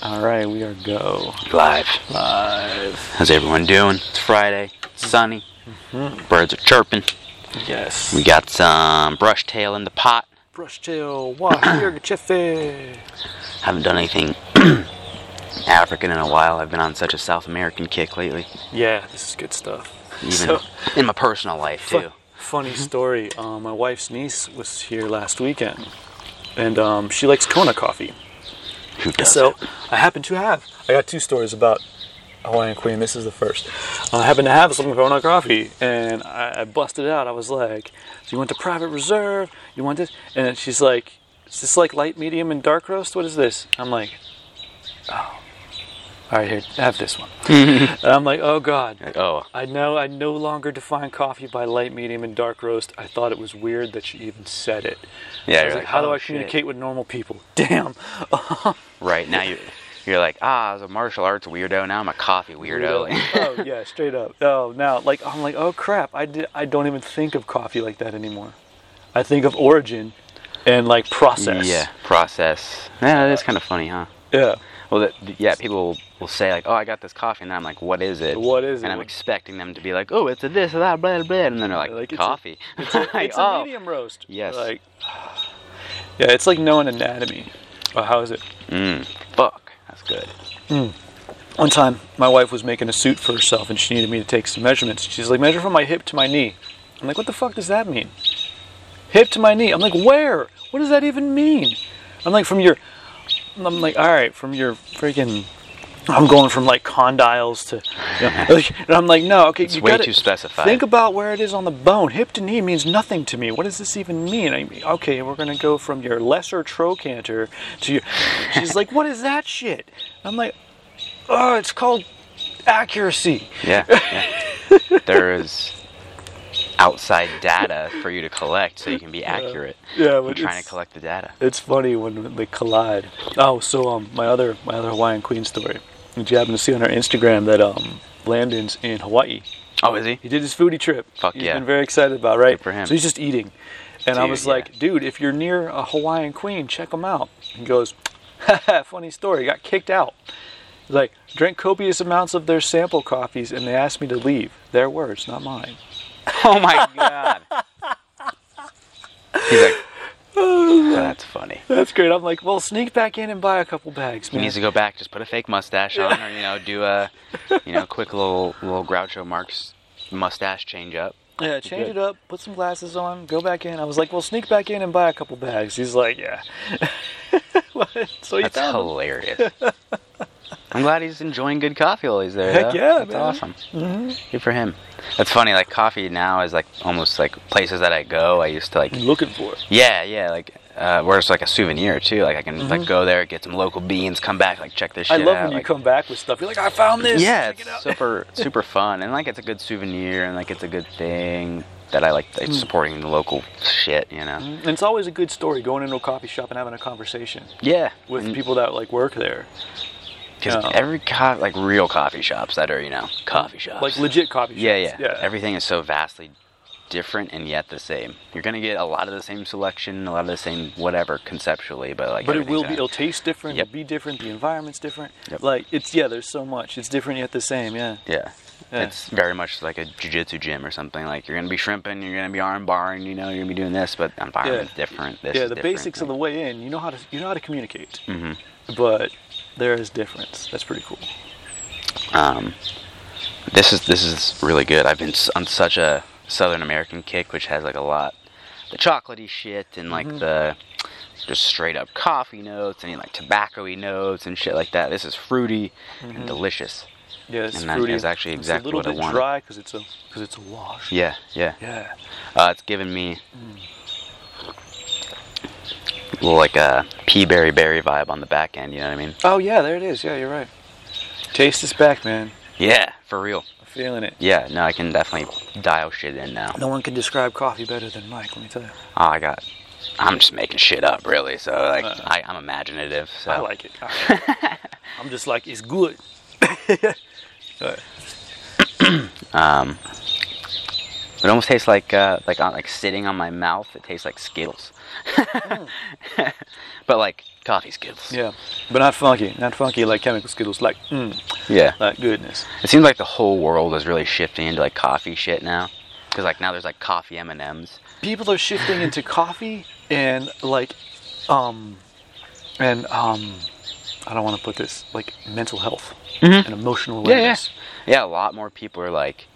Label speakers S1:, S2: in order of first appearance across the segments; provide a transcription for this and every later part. S1: All right, we are go
S2: Live.
S1: live.
S2: How's everyone doing? It's Friday. It's sunny. Birds are chirping.
S1: Yes.
S2: We got some brush tail in the pot.
S1: Brush tail, Wahirgachefe.
S2: Haven't done anything African in a while. I've been on such a South American kick lately.
S1: Yeah, this is good stuff.
S2: Even
S1: So-
S2: in my personal life
S1: Fu-
S2: too.
S1: funny story. Um, my wife's niece was here last weekend, and um, she likes Kona coffee.
S2: Who does?
S1: So I happen to have. I got two stories about Hawaiian Queen. This is the first. Uh, I happen to have some Kona coffee, and I, I busted it out. I was like, "So you want the private reserve? You want this?" And she's like, "Is this like light, medium, and dark roast? What is this?" I'm like, "Oh, all right, here, have this one." and I'm like, "Oh God."
S2: Like, oh,
S1: I know I no longer define coffee by light, medium, and dark roast. I thought it was weird that she even said it.
S2: yeah.
S1: I was
S2: you're
S1: like, how do
S2: oh,
S1: I
S2: shit.
S1: communicate with normal people? Damn.
S2: Right now you're you're like ah, I was a martial arts weirdo. Now I'm a coffee weirdo.
S1: oh yeah, straight up. Oh, now like I'm like, oh crap, I did, I don't even think of coffee like that anymore. I think of origin and like process.
S2: yeah. Process. Yeah, that is kind of funny, huh?
S1: Yeah.
S2: Well, that, yeah, people will, will say like, "Oh, I got this coffee," and then I'm like, "What is it?"
S1: What is
S2: And
S1: it?
S2: I'm expecting them to be like, "Oh, it's a this, a that, blah, blah," and then they're like,
S1: Like, it's a-
S2: "Coffee." "Oh, It's a,
S1: It's a medium roast.
S2: Yes.
S1: Like Yeah, it's like knowing anatomy. Oh, how is it?
S2: Fuck, that's good.
S1: One time, my wife was making a suit for herself and she needed me to take some measurements. She's like, measure from my hip to my knee. I'm like, what the fuck does that mean? Hip to my knee. I'm like, where? What does that even mean? I'm like, from your. I'm like, all right, from your freaking. I'm going from like condyles to. you know, like- and I'm like, no, okay,
S2: It's
S1: you
S2: way
S1: gotta
S2: too specified.
S1: Think about where it is on the bone. Hip to knee means nothing to me. What does this even mean? I mean okay, we're gonna go from your lesser trochanter to your. She's like, what is that shit? I'm like, oh, it's called accuracy.
S2: Yeah, yeah. there is outside data for you to collect so you can be accurate.
S1: Yeah,
S2: I'm
S1: but
S2: trying
S1: it's-
S2: to collect the data.
S1: It's funny when they collide. Oh, so um, my other my other Hawaiian Queen story. Did you happen to see on our Instagram that um, Landon's in Hawaii?
S2: Oh, is he?
S1: He did his foodie trip.
S2: Fuck
S1: He's
S2: yeah.
S1: been very excited about, right?
S2: Good for him.
S1: So he's just eating. And I
S2: Dude,
S1: was
S2: yeah.
S1: like, dude, if you're near a Hawaiian queen, check them out. He goes, "Haha, funny story, got kicked out. He's like, drank copious amounts of their sample coffees and they asked me to leave. Their words, not mine.
S2: Oh my god. He's like, "Oh, that's funny.
S1: That's great. I'm like, well, sneak back in and buy a couple bags,
S2: He
S1: man.
S2: needs to go back, just put a fake mustache on, or you know, do a, you know, quick little little Groucho Marx mustache change up.
S1: Yeah, change it up, put some glasses on, go back in. I was like, well, sneak back in and buy a couple bags. He's like, yeah. What? so he
S2: That's
S1: found them.
S2: hilarious. I'm glad he's enjoying good coffee while he's there.
S1: Heck
S2: though.
S1: yeah,
S2: that's
S1: man. Mm-hmm.
S2: awesome. Good for him. That's funny. Like coffee now is like almost like places that I go. I used to like,
S1: looking for it.
S2: yeah, yeah, like uh, where it's like a souvenir too. Like I can like go there, get some local beans, come back, like check this
S1: Mm-hmm. I
S2: shit
S1: love
S2: out.
S1: when you
S2: like-
S1: come back with stuff. You're like, I found this.
S2: Yeah,
S1: Check it out.
S2: it's super super fun, and like it's a good souvenir, and like it's a good thing that I like
S1: Hmm.
S2: like, supporting the local shit, you know.
S1: And it's always a good story going into a coffee shop and having a conversation
S2: Yeah,
S1: with people that like work there,
S2: because
S1: yeah.
S2: every co- like real coffee shops that are you know coffee shops,
S1: like legit coffee shops.
S2: Yeah, yeah,
S1: yeah.
S2: Everything is so vastly different and yet the same. You're gonna get a lot of the same selection, a lot of the same whatever conceptually, but like
S1: but it will be.
S2: everything's gonna-
S1: It'll taste different.
S2: Yep.
S1: It'll be different. The environment's different.
S2: Yep.
S1: Like it's yeah. There's so much. It's different yet the same. Yeah.
S2: Yeah.
S1: Yeah.
S2: It's very much like a jujitsu gym or something. Like you're gonna be shrimping, you're gonna be arm barring, you know, you're gonna be doing this, but the environment's different. This
S1: yeah.
S2: is
S1: The
S2: different.
S1: basics of the way in. You know how to. You know how to communicate. Mm-hmm. But there is difference. That's pretty cool.
S2: um, this is this is really good. I've been s- on such a Southern American kick, which has like a lot the chocolatey shit and like the just straight up coffee notes and like tobacco-y notes and shit like that. This is fruity and delicious.
S1: Yeah. It's
S2: And that
S1: fruity.
S2: is actually
S1: it's a
S2: exactly
S1: little
S2: what I
S1: bit
S2: wanted.
S1: dry because it's a because it's a wash.
S2: Yeah, yeah. Mm.
S1: Yeah.
S2: Uh, it's giving me a little like a pea berry berry vibe on the back end. You know what I mean?
S1: Oh yeah. There it is. Yeah. You're right. Taste is back, man.
S2: Yeah, for real.
S1: I'm feeling it.
S2: Yeah, no, I can definitely dial shit in now.
S1: No one can describe coffee better than Mike, let me tell you.
S2: Oh, I got. I'm just making shit up, really. So like, I, I'm imaginative. So
S1: Uh. I like it. I'm just like, it's good.
S2: it almost tastes like uh, like on, like sitting on my mouth. It tastes like Skittles, but like coffee Skittles.
S1: Yeah, but not funky. Not funky like chemical Skittles. Like, mm,
S2: Yeah.
S1: like goodness.
S2: It seems like the whole world is really shifting into like coffee shit now. Because like now there's like coffee M and M's.
S1: People are shifting into coffee and like, um, and um, I don't want to put this like mental health and emotional awareness.
S2: Mm-hmm. Yeah, a lot more people are like,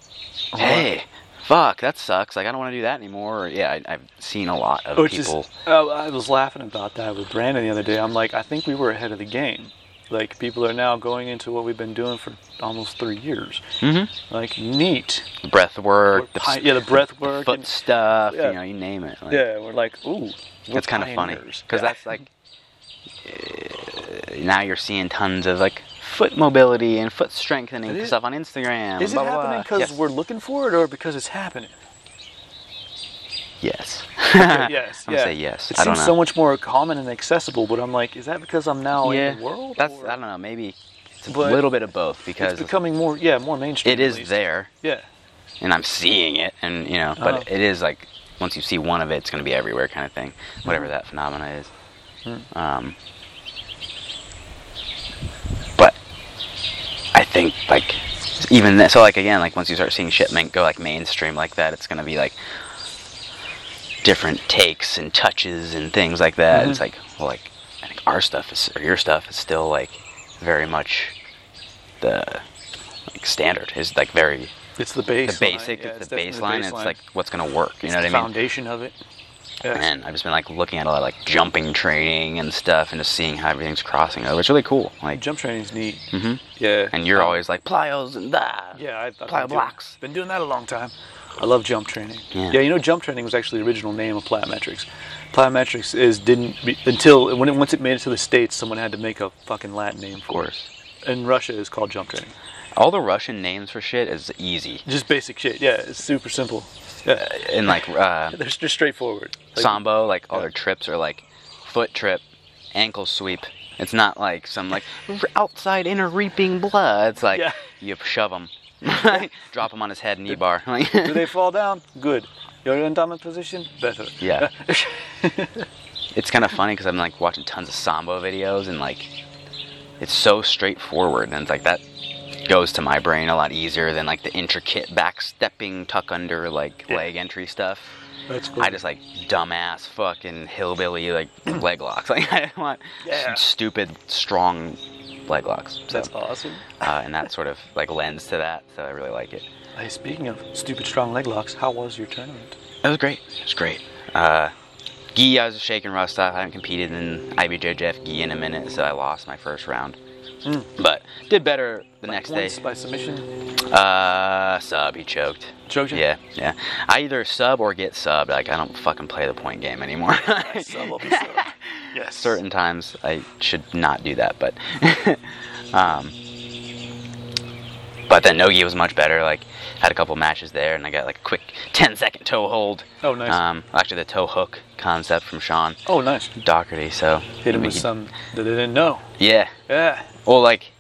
S2: hey, fuck, that sucks. Like I don't want to do that anymore. Or, yeah, I, I've seen a lot of
S1: Which
S2: people.
S1: is, uh, I was laughing about that with Brandon the other day. I'm like, I think we were ahead of the game. Like, people are now going into what we've been doing for almost three years. Mm-hmm. Like, neat.
S2: breath work, the,
S1: Pi-
S2: s-
S1: yeah, the breath work.
S2: foot
S1: and-
S2: stuff.
S1: yeah.
S2: You know, you name it. Like,
S1: yeah, we're like, ooh. we're
S2: That's kind of funny
S1: pioneers.
S2: because
S1: Yeah.
S2: that's like uh, now you're seeing tons of like foot mobility and foot strengthening
S1: It is-
S2: stuff on Instagram.
S1: Is it
S2: blah, blah, blah.
S1: happening because
S2: yes.
S1: we're looking for it or because it's happening?
S2: yes,
S1: yes.
S2: I'm
S1: yeah.
S2: gonna say yes.
S1: It
S2: I don't
S1: seems
S2: know.
S1: so much more common and accessible, but I'm like, is that because I'm now
S2: yeah,
S1: in the world?
S2: that's
S1: or-
S2: I don't know. Maybe it's a
S1: But
S2: little bit of both because
S1: It's becoming more, yeah, more mainstream.
S2: it
S1: at
S2: is
S1: least.
S2: there
S1: Yeah.
S2: and I'm seeing it, and you know, but
S1: Uh-huh.
S2: it is like once you see one of it, it's gonna be everywhere, kind of thing. Whatever that phenomena is. Um, but I think like even that, so like again like once you start seeing shipment go like mainstream like that, it's gonna be like different takes and touches and things like that. It's like well like I think our stuff is or your stuff is still like very much the like standard is like very
S1: It's the baseline.
S2: the basic,
S1: yeah,
S2: it's the
S1: definitely
S2: baseline, and it's like what's gonna work. You
S1: It's
S2: know
S1: the
S2: what I mean?
S1: foundation of it. Yeah.
S2: And I've just been like looking at a lot of like jumping training and stuff, and just seeing how everything's crossing over. It's really cool. Like,
S1: Jump training's neat.
S2: hmm
S1: Yeah.
S2: and you're always like plyos and that.
S1: Oh. Yeah, I, I've been
S2: Plyo
S1: doing-
S2: blocks.
S1: Been doing that a long time. I love jump training.
S2: Yeah.
S1: you know, jump training was actually the original name of plyometrics. Plyometrics is didn't be, until when it, once it made it to the states, someone had to make a fucking Latin name
S2: Of
S1: for it.
S2: course.
S1: In Russia, it's called jump training.
S2: All the Russian names for shit is easy
S1: Just basic shit. Yeah, it's super simple. Yeah,
S2: and like uh,
S1: they're just straightforward. Like,
S2: sambo. Like all their trips are like foot trip, ankle sweep. It's not like some like r- outside inner reaping blood. It's like
S1: Yeah.
S2: you shove him, drop him on his head, knee bar. Like,
S1: Do they fall down? Good. You're in dominant position. Better.
S2: Yeah. it's kind of funny because I'm like watching tons of Sambo videos and like it's so straightforward and it's like that goes to my brain a lot easier than like the intricate back stepping tuck under like leg entry stuff.
S1: That's cool.
S2: I just like dumbass fucking hillbilly like leg locks. Like I want
S1: Yeah.
S2: stupid strong leg locks. So,
S1: That's awesome.
S2: uh, and that sort of like lends to that, so I really like it.
S1: Hey, speaking of stupid strong leg locks, how was your tournament?
S2: It was great. It was great. Uh, gi, I was shaking rust off. I haven't competed in IBJJF gi in a minute, so I lost my first round. But did better the next day.
S1: Hmm. Points by submission.
S2: Uh, sub. He choked.
S1: Choked you?
S2: Yeah, yeah. I either sub or get subbed. Like I don't fucking play the point game anymore.
S1: Sub will be sub. Yes.
S2: Certain times I should not do that, but um, but then Nogi was much better. Like had a couple matches there, and I got like a quick 10 second toe hold.
S1: Oh, nice.
S2: Um, actually the toe hook concept from Sean
S1: Oh, nice.
S2: Doherty. So
S1: Hit him with
S2: he-
S1: some that they didn't know.
S2: Yeah,
S1: Yeah.
S2: well, like,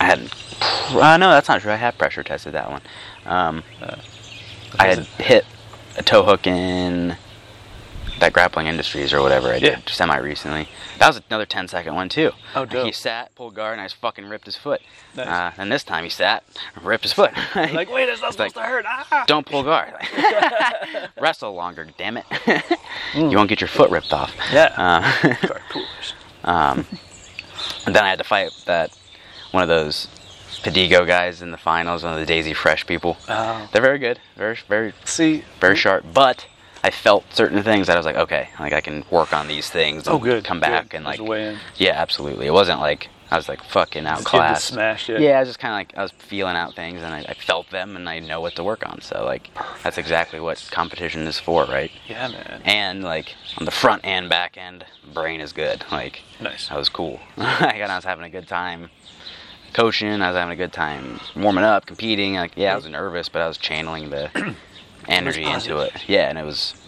S2: I had. Uh, no, that's not true. I had pressure tested that one. Um, I had
S1: was
S2: hit a toe hook in that grappling industries or whatever I did
S1: Yeah.
S2: semi recently. That was another 10 second one too.
S1: Oh,
S2: Like, He
S1: dope.
S2: sat, pulled guard, and I just fucking ripped his foot.
S1: Nice.
S2: Uh, and this time he sat, ripped his foot.
S1: Like, wait, it's not
S2: like-
S1: supposed to hurt. Ah!
S2: Don't pull guard. Wrestle longer, damn it.
S1: Hmm.
S2: You won't get your foot ripped off.
S1: Yeah.
S2: Uh,
S1: Sorry, coolers.
S2: And then I had to fight that one of those Pedigo guys in the finals, one of the Daisy Fresh people.
S1: Oh.
S2: They're very good, very very
S1: See,
S2: Uh, very sharp. But I felt certain things that I was like, okay, like I can work on these things. And
S1: Oh, good,
S2: Come back
S1: good.
S2: and
S1: There's
S2: like
S1: a way in.
S2: yeah, absolutely. It wasn't like I was like fucking
S1: just give it a
S2: outclassed.
S1: smash, yeah.
S2: yeah, I was just kind of like I was feeling out things and I, I felt them and I know what to work on. So like that's exactly what competition is for, right?
S1: yeah, man.
S2: and like on the front and back end, brain is good. Like
S1: Nice.
S2: that was cool. like, and I was having a good time coaching. I was having a good time warming up, competing. Like yeah, I was nervous, but I was channeling the energy into it. Yeah, and it was.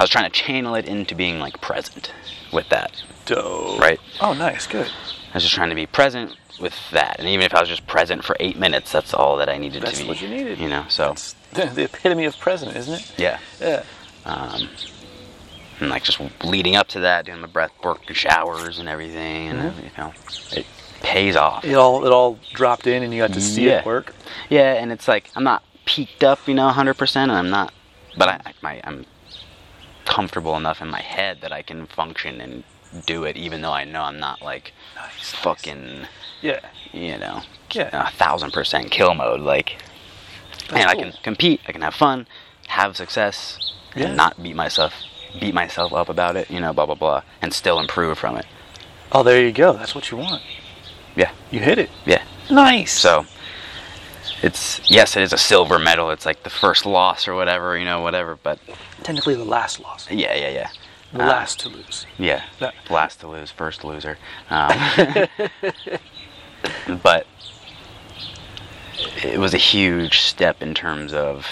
S2: I was trying to channel it into being like present with that.
S1: Dope.
S2: Right.
S1: Oh, nice. Good.
S2: I was just trying to be present with that, and even if I was just present for eight minutes, that's all that I needed
S1: That's
S2: to be.
S1: what you needed.
S2: You know. So
S1: It's the, the epitome of present, isn't it?
S2: yeah.
S1: Yeah.
S2: Um, and like just leading up to that, doing the breath work, showers, and everything, and you know, it pays off.
S1: It all it all dropped in, and you got to see
S2: Yeah.
S1: it work.
S2: Yeah, and it's like I'm not peaked up, you know, 100%, and I'm not, but I, I my, I'm comfortable enough in my head that I can function and do it, even though I know I'm not like fucking,
S1: Yeah,
S2: you know,
S1: Yeah.
S2: a thousand percent kill mode. Like, and I
S1: cool.
S2: can compete, I can have fun, have success,
S1: Yeah.
S2: and not beat myself beat myself up about it, you know, blah blah blah, and still improve from it.
S1: Oh, there you go. That's what you want.
S2: Yeah,
S1: You hit it.
S2: yeah.
S1: Nice.
S2: So it's yes, it is a silver medal. It's like the first loss or whatever, you know, whatever. But
S1: technically, the last loss,
S2: yeah, yeah, yeah,
S1: the
S2: Uh,
S1: last to lose.
S2: yeah.
S1: That-
S2: Last to lose, first loser. Um, but it was a huge step in terms of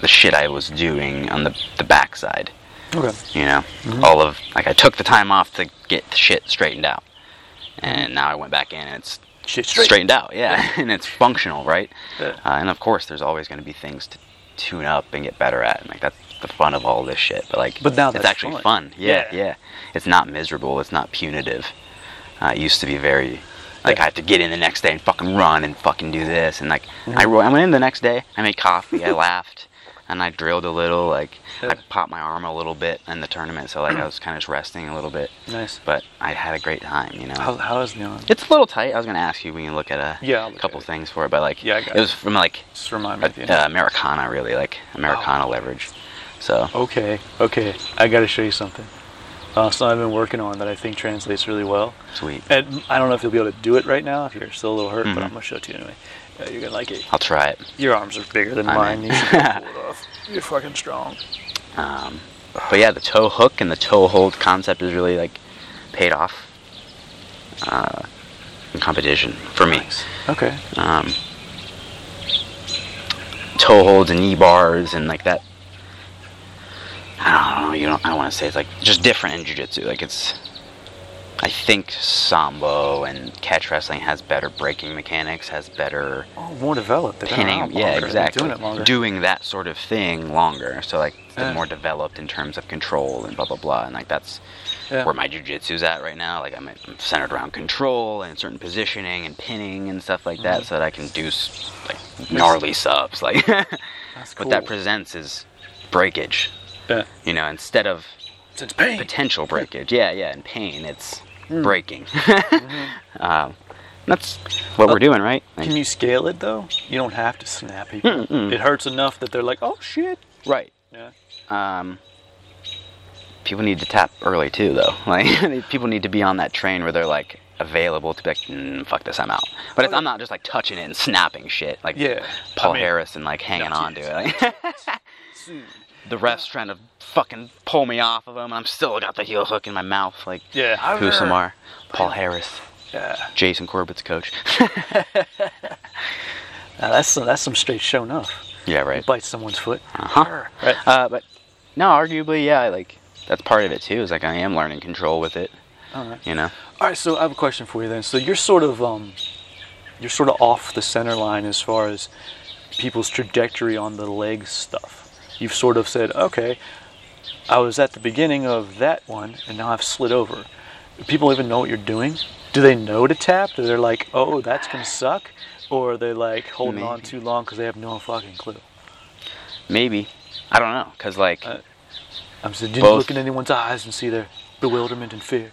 S2: the shit I was doing on the the backside.
S1: Okay.
S2: You know, all of like I took the time off to get the shit straightened out, and now I went back in and it's
S1: Shit straight.
S2: straightened out, yeah, and it's functional, right?
S1: Yeah.
S2: Uh, and of course, there's always going to be things to tune up and get better at, and like that's the fun of all this shit. But like,
S1: But now
S2: it's
S1: that's
S2: actually
S1: fun.
S2: fun. Yeah,
S1: Yeah.
S2: yeah, It's not miserable. It's not punitive. Uh, it used to be very like I had to get in the next day and fucking run and fucking do this, and like I, ro- I went in the next day. I made coffee. I laughed. And I drilled a little, like
S1: Yeah.
S2: I popped my arm a little bit in the tournament, so like I was kind of just resting a little bit.
S1: Nice.
S2: But I had a great time, you know.
S1: How, how is Neon?
S2: It's a little tight. I was gonna ask you. We can look at a
S1: Oh. Yeah, I'll look
S2: couple
S1: at it.
S2: things for it, but like
S1: Yeah, I got
S2: it was from like
S1: Just remind me.
S2: uh,
S1: At the end.
S2: Americana, really like Americana leverage. So
S1: Okay. Okay. I got to show you something. Uh, something I've been working on that I think translates really well.
S2: sweet.
S1: And I don't know if you'll be able to do it right now. If you're still a little hurt,
S2: Mhm.
S1: but I'm gonna show it to you anyway. Uh, you're gonna like it.
S2: I'll try it.
S1: Your arms are bigger than
S2: I
S1: mine.
S2: know.
S1: You should be able to pull it off. You're fucking strong.
S2: Um, but yeah, the toe hook and the toe hold concept is really like paid off uh, in competition for me.
S1: Okay.
S2: um, toe holds and knee bars and like that. I don't know. You don't. I want to say it's like just different in jujitsu. Like it's. I think sambo and catch wrestling has better breaking mechanics, has better
S1: Oh, more developed. They've been
S2: pinning.
S1: around
S2: Yeah,
S1: longer. They've been
S2: exactly.
S1: Doing it longer.
S2: that sort of thing longer. So like they're
S1: Yeah.
S2: more developed in terms of control and blah blah blah. And like that's
S1: Yeah.
S2: where my jujitsu's at right now. Like I'm, I'm centered around control and certain positioning and pinning and stuff like
S1: Mm-hmm.
S2: that, so that I can do s- like gnarly subs. Like
S1: That's
S2: what that
S1: cool.
S2: presents is breakage.
S1: Yeah.
S2: You know, instead of
S1: Since pain.
S2: potential breakage. Yeah, yeah, and pain, it's
S1: Mm.
S2: breaking. um, that's what we're doing, right? Like-
S1: Mm-hmm. Can you scale it though? You don't have to snap people. It hurts enough that they're like, oh shit.
S2: right.
S1: Yeah.
S2: um, people need to tap early too, though. Like people need to be on that train where they're like available to be like, mm, fuck this, I'm out. But it's, I'm not just like touching it and snapping shit like
S1: Yeah,
S2: Paul
S1: I mean-
S2: Harris and like hanging
S1: No,
S2: on to
S1: geez.
S2: it. Like,
S1: Hmm.
S2: the refs trying to fucking pull me off of him, and I'm still got the heel hook in my mouth. Like
S1: Yeah.
S2: who some are? Paul Harris,
S1: Yeah.
S2: Jason Corbett's coach.
S1: Now, that's some, that's some straight show enough.
S2: yeah, right.
S1: Bite someone's foot.
S2: Uh-huh.
S1: Right.
S2: Uh, but no, arguably, yeah, like that's part of it too. Is like I am learning control with it.
S1: All right.
S2: You know.
S1: All right. So I have a question for you then. So you're sort of um, you're sort of off the center line as far as people's trajectory on the leg stuff. You've sort of said, okay, I was at the beginning of that one, and now I've slid over. Do people even know what you're doing? Do they know to tap? Do they like, oh, that's gonna suck, or are they like holding on
S2: Maybe.
S1: too long because they have no fucking clue?
S2: Maybe. I don't know. Because, like,
S1: Uh, I'm just didn't
S2: Both.
S1: look in anyone's eyes and see their bewilderment and fear.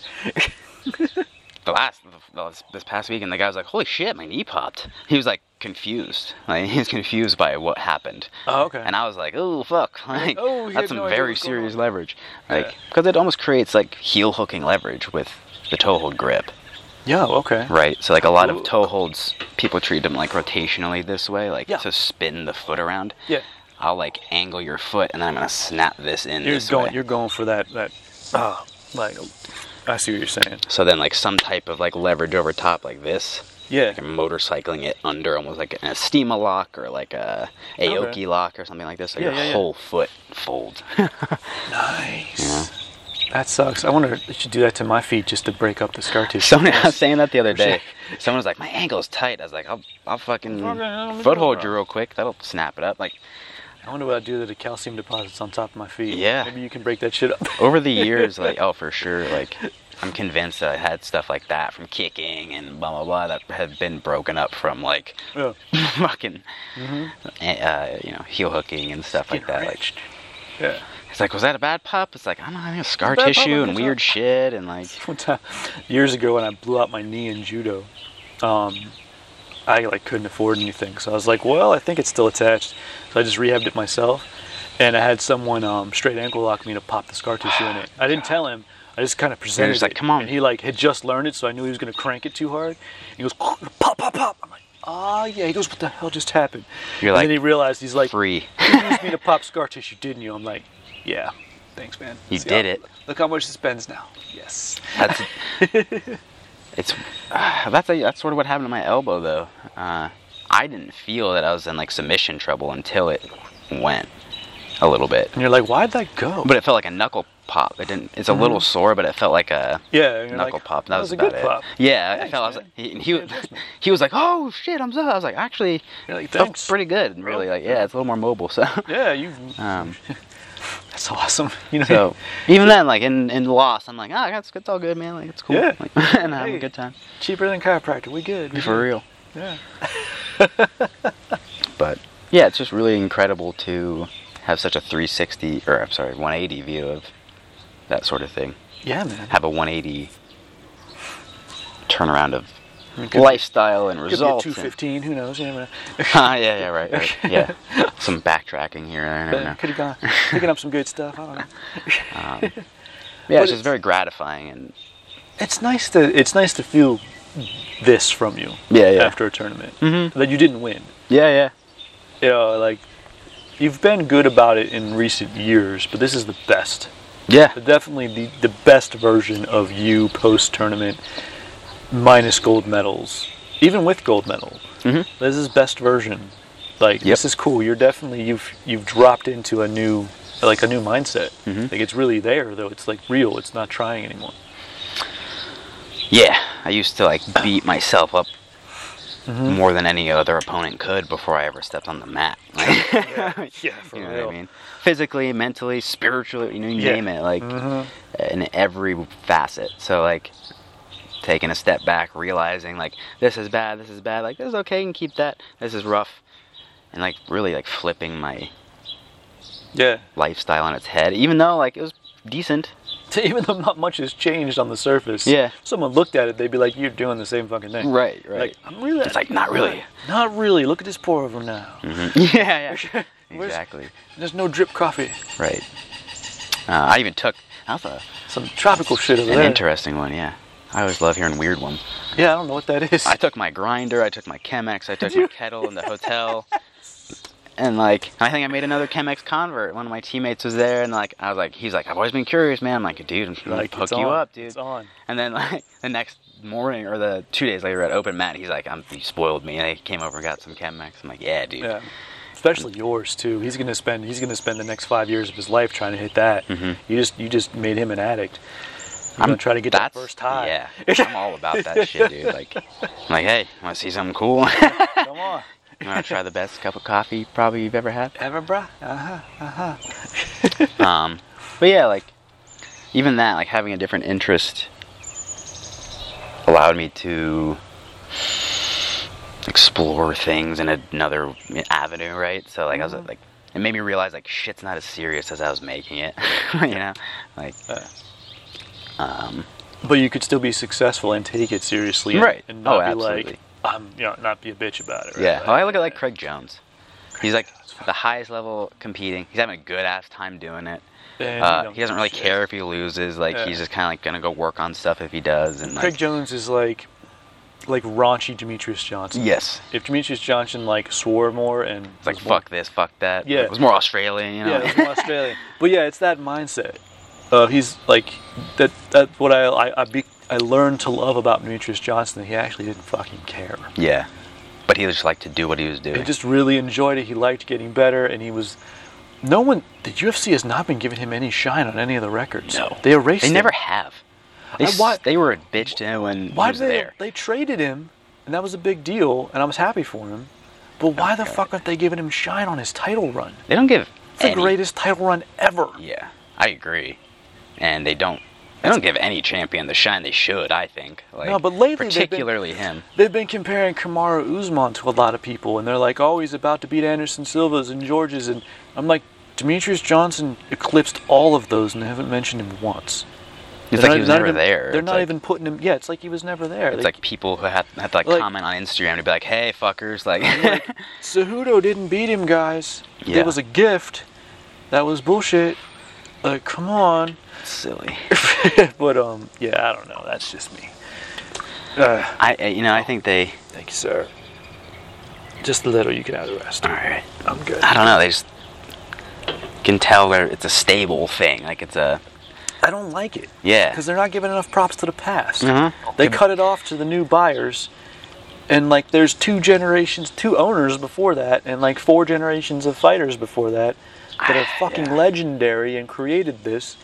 S2: the last, the, the- this past weekend, the guy was like, holy shit, my knee popped. He was, like, confused. Like, he was confused by what happened.
S1: Oh, okay.
S2: And I was like, oh, fuck. Like,
S1: oh, he had
S2: that's some
S1: no idea
S2: very
S1: what's going
S2: serious
S1: on.
S2: leverage.
S1: Yeah.
S2: Like, because it almost creates, like, heel hooking leverage with the toe hold grip.
S1: Yeah. Okay.
S2: Right. So like a lot
S1: Ooh.
S2: of toe holds, people treat them like rotationally this way, like
S1: Yeah.
S2: to spin the foot around.
S1: Yeah.
S2: I'll like angle your foot, and then I'm gonna snap this in
S1: You're
S2: this
S1: going.
S2: way.
S1: You're going for that. That. Uh, like, I see what you're saying.
S2: So then like some type of like leverage over top, like this.
S1: Yeah.
S2: like motorcycling it under almost like an Estima lock or like a Aoki
S1: Okay.
S2: lock or something like this. So
S1: Yeah,
S2: your
S1: yeah, yeah.
S2: whole foot folds.
S1: Nice. That sucks. I wonder. They should do that to my feet just to break up the scar tissue.
S2: Someone I was saying that the other day. Someone was like, "My ankle's tight." I was like, "I'll, I'll fucking
S1: Okay, I'll-
S2: foothold you real quick. That'll snap it up." Like,
S1: I wonder what I'd do to the calcium deposits on top of my feet.
S2: Yeah.
S1: Maybe you can break that shit up.
S2: Over the years, like oh for sure, like I'm convinced that I had stuff like that from kicking and blah blah blah that have been broken up from like
S1: yeah.
S2: fucking
S1: Mm-hmm.
S2: uh, you know heel hooking and stuff like that. Like
S1: Yeah.
S2: it's like was that a bad pop? It's like I don't know, I think scar
S1: Bad pop,
S2: tissue
S1: I'm
S2: and
S1: just-
S2: weird shit and like
S1: One time, Uh, years ago when I blew out my knee in judo, um, I like couldn't afford anything, so I was like, "Well, I think it's still attached." So I just rehabbed it myself, and I had someone um, straight ankle lock me to pop the scar tissue in it. I didn't tell him. I just kind of presented
S2: just like,
S1: it,
S2: "Come on."
S1: And he like had just learned it, so I knew he was gonna crank it too hard. He goes, "Pop, pop, pop!" I'm like, "Ah, yeah." He goes, "What the hell just happened?"
S2: You're
S1: and
S2: like,
S1: then he realized he's like,
S2: free.
S1: "You used me to pop scar tissue, didn't you?" I'm like, "Yeah." Thanks, man.
S2: You
S1: how-
S2: did it.
S1: Look how much this bends now. Yes.
S2: That's it's uh, that's a, that's sort of what happened to my elbow though. Uh, I didn't feel that I was in like submission trouble until it went a little bit,
S1: And you're like, why'd that go?
S2: but it felt like a knuckle pop. It didn't. It's a little sore, but it felt like a
S1: yeah, and Mm-hmm. you're
S2: knuckle
S1: like,
S2: pop. That, was,
S1: a
S2: about
S1: good
S2: it.
S1: pop.
S2: Yeah, I
S1: Thanks,
S2: felt. I was,
S1: man.
S2: he, he was he was like, "Oh shit, I'm so." I was like, "Actually,
S1: You're like,
S2: felt
S1: "Thanks,
S2: pretty good.
S1: bro."
S2: Really, like, yeah, it's a little more mobile." So,
S1: Yeah, you've.
S2: um,
S1: that's awesome. You know.
S2: so even then, like in in loss, I'm like, "Ah, that's it's all good, man. Like, it's cool."
S1: Yeah.
S2: Like, and I have
S1: Hey.
S2: a good time
S1: cheaper than chiropractor. We good. We
S2: for
S1: good.
S2: real.
S1: Yeah.
S2: but yeah, it's just really incredible to have such a 360 or I'm sorry, 180 view of that sort of thing.
S1: Yeah, man.
S2: Have a 180 turnaround of
S1: I mean, could be-
S2: lifestyle and
S1: could be a
S2: results. and-
S1: 215. Who knows? You never
S2: Ah, yeah, yeah, right, right. Yeah, some backtracking here
S1: know.
S2: and there. I don't know.
S1: Could have gone picking up some good stuff. I don't know.
S2: Yeah,
S1: But
S2: it's just
S1: it's-
S2: very gratifying and
S1: It's nice to it's nice to feel this from you
S2: yeah, yeah,
S1: after a tournament
S2: Mhm.
S1: that you didn't win.
S2: yeah, yeah.
S1: You know, like you've been good about it in recent years, but this is the best.
S2: Yeah,
S1: definitely the, the best version of you post tournament minus gold medals even with gold medal
S2: Mhm.
S1: this is best version like
S2: Yep.
S1: this is cool you're definitely you've you've dropped into a new like a new mindset
S2: Mhm.
S1: like it's really there though it's like real it's not trying anymore
S2: yeah. I used to like beat myself up more than any other opponent could before I ever stepped on the mat. Like,
S1: yeah for
S2: you know what I mean? Physically, mentally, spiritually, you know, you
S1: Yeah.
S2: name it, like in every facet. So like taking a step back, realizing like this is bad, this is bad, like this is okay, you can keep that, this is rough, and like really like flipping my
S1: yeah
S2: lifestyle on its head, even though like it was decent.
S1: even though not much has changed on the surface
S2: Yeah.
S1: someone looked at it they'd be like you're doing the same fucking thing
S2: Right,
S1: like i'm really
S2: It's like, Mm. not really.
S1: not really look at this pour over now
S2: yeah, yeah.
S1: Where's-
S2: exactly.
S1: there's no drip coffee
S2: Right. Uh, I even took that's a,
S1: some tropical shit over
S2: an
S1: there.
S2: interesting one. Yeah. I always love hearing weird ones.
S1: Yeah, I don't know what that is.
S2: I took my grinder, I took my Chemex, I took my kettle in the hotel. And like, and I think I made another Chemex convert. One of my teammates was there, and like, I was like, he's like, I've always been curious, man. I'm like, dude, I'm gonna
S1: Like,
S2: hook
S1: it's
S2: you
S1: on,
S2: up, dude.
S1: It's on.
S2: And then like the next morning or the two days later at open mat, he's like, I'm, you spoiled me. And I came over and got some Chemex. I'm like, yeah, dude.
S1: Yeah. Especially yours too. He's gonna spend he's gonna spend the next five years of his life trying to hit that.
S2: Mm-hmm.
S1: You just you just made him an addict. I'm gonna try to get that
S2: That's
S1: first high.
S2: Yeah, I'm all about that shit, dude. Like, I'm like, hey, want to see something cool?
S1: Come on.
S2: want to try the best cup of coffee probably you've ever had?
S1: Ever, bruh? Uh huh.
S2: Um, but yeah, like even that, like having a different interest, allowed me to explore things in another avenue, right? So like I was like, it made me realize like shit's not as serious as I was making it, you know? Like, um,
S1: But you could still be successful and take it seriously, and-
S2: Right.
S1: And not
S2: Oh,
S1: be like
S2: absolutely.
S1: I'm, you know, not be a bitch about it. Right?
S2: Yeah. Oh, I look at like Craig Jones. He's like the highest level competing. He's having a good ass time doing it.
S1: And you
S2: Uh,
S1: don't
S2: he doesn't really
S1: give a shit.
S2: care if he loses. Like
S1: Yeah.
S2: he's just kind of like gonna go work on stuff if he does. And
S1: Craig
S2: like,
S1: Jones is like, like raunchy Demetrius Johnson.
S2: yes,
S1: If Demetrius Johnson like swore more and
S2: it's like
S1: was more
S2: fuck this, fuck that.
S1: Yeah.
S2: It was more Australian, you know.
S1: Yeah, from Australia. But yeah, it's that mindset. Uh, he's like that. That's what I I I, be, I learned to love about Demetrius Johnson. That he actually didn't fucking care.
S2: Yeah. But he just liked to do what he was
S1: He
S2: doing.
S1: just really enjoyed it. He liked getting better, and he was. No one. The UFC has not been giving him any shine on any of the records.
S2: No.
S1: they erased.
S2: they
S1: him.
S2: never have. They,
S1: I-
S2: s-
S1: why-
S2: they were a bitch to him when
S1: Why did
S2: he was
S1: they?
S2: there.
S1: They traded him, and that was a big deal, and I was happy for him. But why the
S2: Okay.
S1: fuck aren't they giving him shine on his title run?
S2: They don't give
S1: It's the
S2: any-
S1: greatest title run ever.
S2: Yeah, I agree. And they don't they don't give any champion the shine they should. I think. Like,
S1: No, but lately they've been-
S2: particularly him.
S1: They've been comparing Kamaru Usman to a lot of people, and they're like, oh, he's about to beat Anderson Silva's and George's. And I'm like, Demetrius Johnson eclipsed all of those, and they haven't mentioned him once. They're
S2: It's like
S1: not-
S2: he was
S1: not
S2: never
S1: even-
S2: there.
S1: They're
S2: It's
S1: not
S2: like-
S1: even putting him. Yeah, it's like he was never there.
S2: It's
S1: They-
S2: like people who have, have to like,
S1: Like-
S2: comment on Instagram to be like, "Hey, fuckers!" Like,
S1: Cejudo didn't beat him, guys.
S2: Yeah.
S1: It was a gift. That was bullshit. Like, come on.
S2: silly.
S1: but um, yeah, I don't know. That's just me. Uh,
S2: I, I- you know, I think they.
S1: thank you, sir. Just a little. You can have the rest.
S2: All right.
S1: I'm good.
S2: I don't know. They just can tell they're, it's a stable thing. Like it's a
S1: I don't like it.
S2: yeah.
S1: Because they're not giving enough props to the past.
S2: Mhm.
S1: They cut it off to the new buyers. And like, there's two generations, two owners before that, and like four generations of fighters before that that are fucking
S2: Ah, Yeah.
S1: legendary and created this.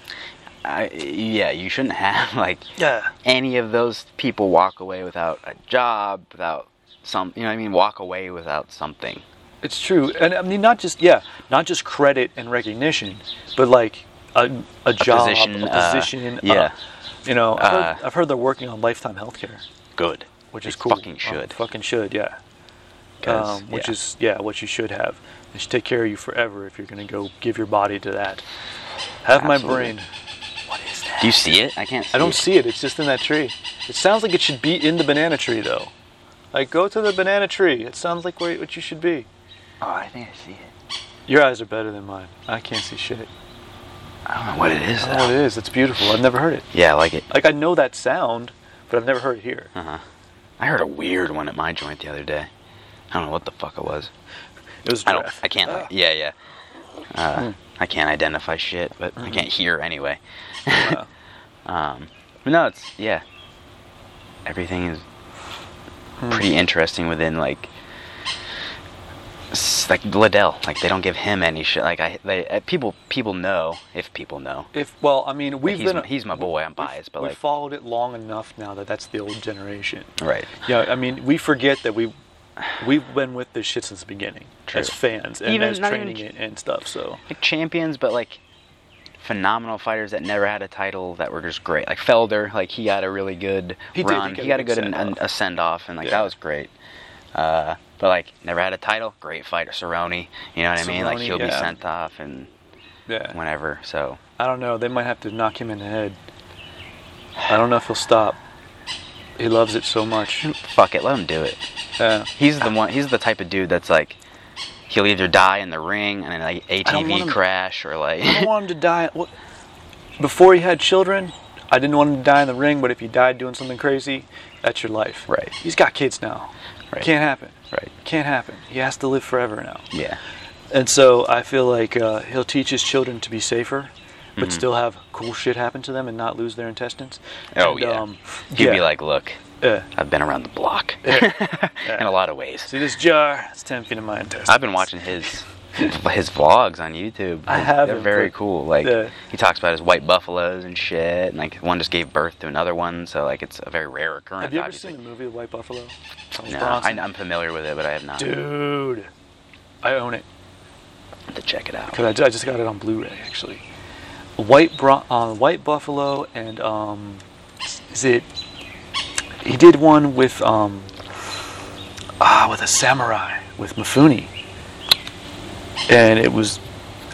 S2: I, yeah, you shouldn't have like
S1: Yeah.
S2: any of those people walk away without a job, without some. You know what I mean? Walk away without something.
S1: It's true, and I mean not just yeah, not just credit and recognition, but like a, a job, a position,
S2: position, uh, yeah.
S1: uh, you know, I've,
S2: Uh,
S1: heard, I've heard they're working on lifetime healthcare,
S2: Good.
S1: which
S2: They
S1: is cool.
S2: Fucking should.
S1: Oh, fucking should, yeah.
S2: 'Cause,
S1: Um, which
S2: yeah.
S1: is yeah, what you should have. They should take care of you forever if you're gonna go give your body to that. Have my
S2: Absolutely.
S1: brain. What is that?
S2: Do you see it? I can't. See
S1: I don't
S2: it.
S1: see it. It's just in that tree. It sounds like it should be in the banana tree though. Like go to the banana tree. It sounds like where what you should be.
S2: Oh, I think I see it.
S1: Your eyes are better than mine. I can't see shit.
S2: I don't know what it is.
S1: I don't know what
S2: though.
S1: it is. It's beautiful. I've never heard it.
S2: Yeah, I like it.
S1: Like I know that sound, but I've never heard it here.
S2: Uh huh. I heard a weird one at my joint the other day. I don't know what the fuck it was.
S1: It was
S2: I don't.
S1: giraffe.
S2: I can't. like- yeah, yeah. Uh,
S1: Hmm.
S2: I can't identify shit, but I can't hear anyway.
S1: Wow.
S2: Um, but no, it's yeah. Everything is
S1: Hmm.
S2: pretty interesting within like. s- Like Liddell, like they don't give him any shit. Like I, they, uh, people, people know if people know.
S1: If well, I mean, we've
S2: he's
S1: been
S2: my- he's my boy, I'm biased, but,
S1: we
S2: like-
S1: followed it long enough now that that's the old generation.
S2: Right.
S1: Yeah, I mean, we forget that we we've been with this shit since the beginning
S2: True.
S1: as fans and
S2: Even-
S1: as
S2: not even
S1: training it and stuff. So
S2: like champions, but like phenomenal fighters that never had a title that were just great. Like Felder, like he got a really good
S1: He did, he
S2: run.
S1: got
S2: he
S1: a
S2: got a
S1: good
S2: good an, an,
S1: send-off.
S2: a send off, and like
S1: Yeah.
S2: that was great. Uh, but like never had a title, great fighter. Cerrone, you know what I mean? Like
S1: Cerrone,
S2: he'll be
S1: yeah.
S2: sent off and
S1: yeah,
S2: whenever. So
S1: I don't know. They might have to knock him in the head. I don't know if he'll stop. He loves it so much. Uh,
S2: fuck it, let him do it.
S1: Yeah.
S2: He's the one. He's the type of dude that's like. He'll either die in the ring and like
S1: don't want
S2: ATV
S1: him-
S2: crash or like
S1: I don't want him to die. What, before he had children, I didn't want him to die in the ring. But if you died doing something crazy, that's your life.
S2: Right.
S1: He's got kids now.
S2: Right.
S1: Can't happen.
S2: right
S1: Can't happen. He has to live forever now.
S2: yeah
S1: And so I feel like uh, he'll teach his children to be safer,
S2: Mm-hmm.
S1: but still have cool shit happen to them and not lose their intestines.
S2: oh
S1: And,
S2: yeah
S1: um,
S2: he'd be
S1: yeah.
S2: like look
S1: Uh,
S2: I've been around the block in a lot of ways
S1: see this jar? It's ten feet of my intestines.
S2: I've been watching his his vlogs on YouTube.
S1: I have
S2: They're
S1: him,
S2: very
S1: but-
S2: cool. Like
S1: yeah.
S2: he talks about his white buffaloes and shit, and like one just gave birth to another one, so like it's a very rare occurrence.
S1: Have you ever
S2: obviously.
S1: seen the movie The White Buffalo? Charles
S2: No, I,
S1: Bronson?
S2: I'm familiar with it, but I have not.
S1: Dude, I own it.
S2: To check it out.
S1: Cause I, ju- I just got it on Blu-ray actually. White Bron- uh, White Buffalo and um, is it? He did one with um, ah, with a samurai with Mifune, and it was,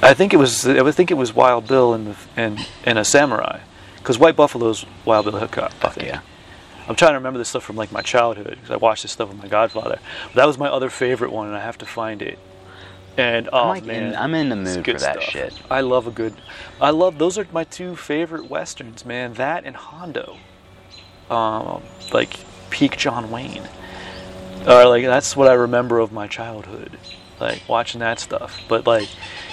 S1: I think it was, I would think it was Wild Bill and Mif- and and a samurai, because White Buffalo's Wild Bill Hickok. I
S2: Fuck
S1: think.
S2: yeah.
S1: I'm trying to remember this stuff from like my childhood because I watched this stuff with my godfather. But that was my other favorite one, and I have to find it. And oh
S2: I'm, like,
S1: man,
S2: in- I'm in the
S1: it's
S2: mood
S1: good
S2: for that
S1: stuff.
S2: shit.
S1: I love a good. I love those are my two favorite westerns, man. That and Hondo, um, like peak John Wayne, or like that's what I remember of my childhood, like watching that stuff. But like,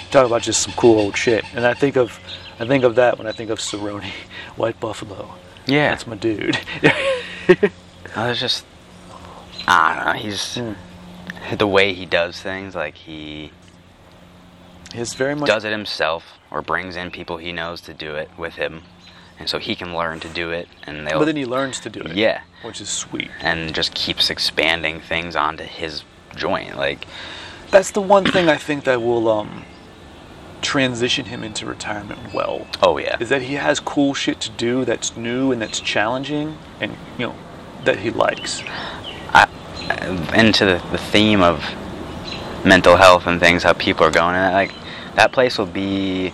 S1: talk about just some cool old shit. And I think of, I think of that when I think of Cerrone, White Buffalo.
S2: Yeah.
S1: That's my dude.
S2: I was just. I don't know. He's
S1: Hmm.
S2: the way he does things. Like he
S1: He's very much
S2: does it himself, or brings in people he knows to do it with him, and so he can learn to do it, and they'll.
S1: But then he learns to do it.
S2: Yeah.
S1: Which is sweet.
S2: and just keeps expanding things onto his joint. Like,
S1: That's the one thing I think that will um, transition him into retirement well.
S2: oh yeah,
S1: Is that he has cool shit to do that's new and that's challenging and you know that he likes.
S2: into the, the theme of mental health and things, how people are going, and like that place will be.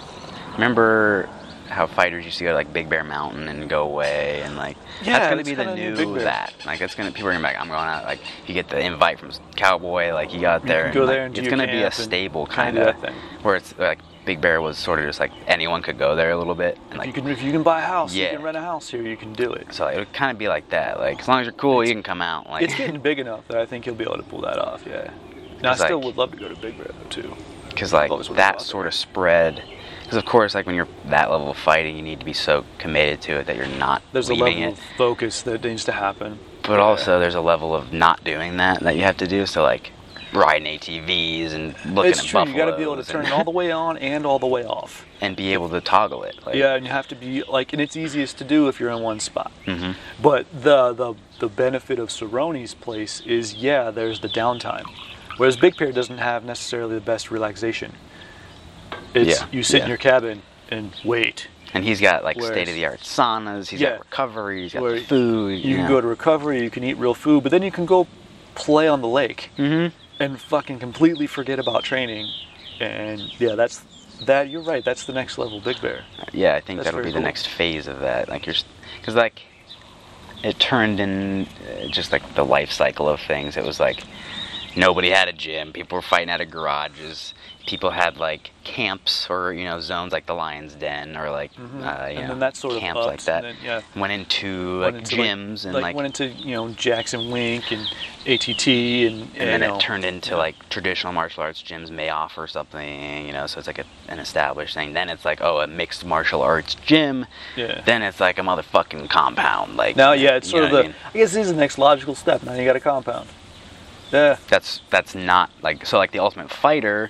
S2: Remember how fighters used to go to like Big Bear Mountain and go away, and like
S1: Yeah,
S2: that's gonna
S1: it's
S2: be the
S1: kinda new
S2: new,
S1: Big Bear.
S2: that. Like that's gonna people are gonna be like, I'm going out. Like you get the invite from Cowboy, like you got there,
S1: go
S2: and,
S1: there
S2: like,
S1: and do
S2: it's
S1: your
S2: gonna be a
S1: camp and
S2: stable
S1: kinda
S2: kind
S1: do
S2: of
S1: that thing.
S2: where it's like Big Bear was sort of just like anyone could go there a little bit, and
S1: you
S2: like
S1: can if you can buy a house,
S2: Yeah.
S1: you can rent a house here, you can do it.
S2: so it would kind of be like that. Like as long as you're cool, you can come out. Like
S1: It's getting big enough that I think he'll be able to pull that off. Yeah. Now I
S2: It's like-
S1: still would love to go to Big Bear though too.
S2: because like
S1: What was- what
S2: that
S1: was-
S2: sort of spread because of course like when you're that level of fighting you need to be so committed to it that you're not
S1: There's a
S2: leaving
S1: level
S2: it
S1: of focus that needs to happen.
S2: but also there's a level of not doing that that you have to do so like riding atvs and looking
S1: it's
S2: at
S1: true.
S2: buffaloes
S1: You got to be able to turn
S2: and,
S1: it all the way on and all the way off.
S2: and be able to toggle it like,
S1: Yeah, and you have to be like, and it's easiest to do if you're in one spot.
S2: Mhm.
S1: But the the the benefit of Cerrone's place is yeah, there's the downtime, whereas Big Bear doesn't have necessarily the best relaxation. It's
S2: Yeah,
S1: you sit
S2: yeah.
S1: in your cabin and wait.
S2: and he's got like
S1: Whereas-
S2: state of the art saunas he's
S1: Yeah.
S2: got recovery he's got
S1: Where
S2: the food
S1: You can go to recovery. You can eat real food, but then you can go play on the lake
S2: mm-hmm.
S1: and fucking completely forget about training. And yeah, that's that. You're right. That's the next level, Big Bear.
S2: Yeah, I think
S1: That's
S2: that'll
S1: very
S2: be
S1: cool.
S2: the next phase of that. Like you're, because like, it turned in uh, just like the life cycle of things. It was like nobody had a gym. People were fighting out of garages. People had like camps or you know zones like the Lion's Den or like uh, you
S1: Mm-hmm. And
S2: know
S1: then that sort of
S2: camps
S1: upped
S2: like that.
S1: and then, yeah.
S2: Went into like
S1: Went into,
S2: gyms and like,
S1: went into you know Jackson Wink and ATT and
S2: and
S1: you
S2: then
S1: know,
S2: it turned into like traditional martial arts gyms may offer something, you know, so it's like a, an established thing. Then it's like, oh, a mixed martial arts gym.
S1: Yeah.
S2: Then it's like a motherfucking compound. Like
S1: now yeah it's
S2: you
S1: sort of
S2: know
S1: the
S2: what
S1: I,
S2: I mean?
S1: guess this is the next logical step. Now you got a compound. Yeah,
S2: that's that's not like so like the Ultimate Fighter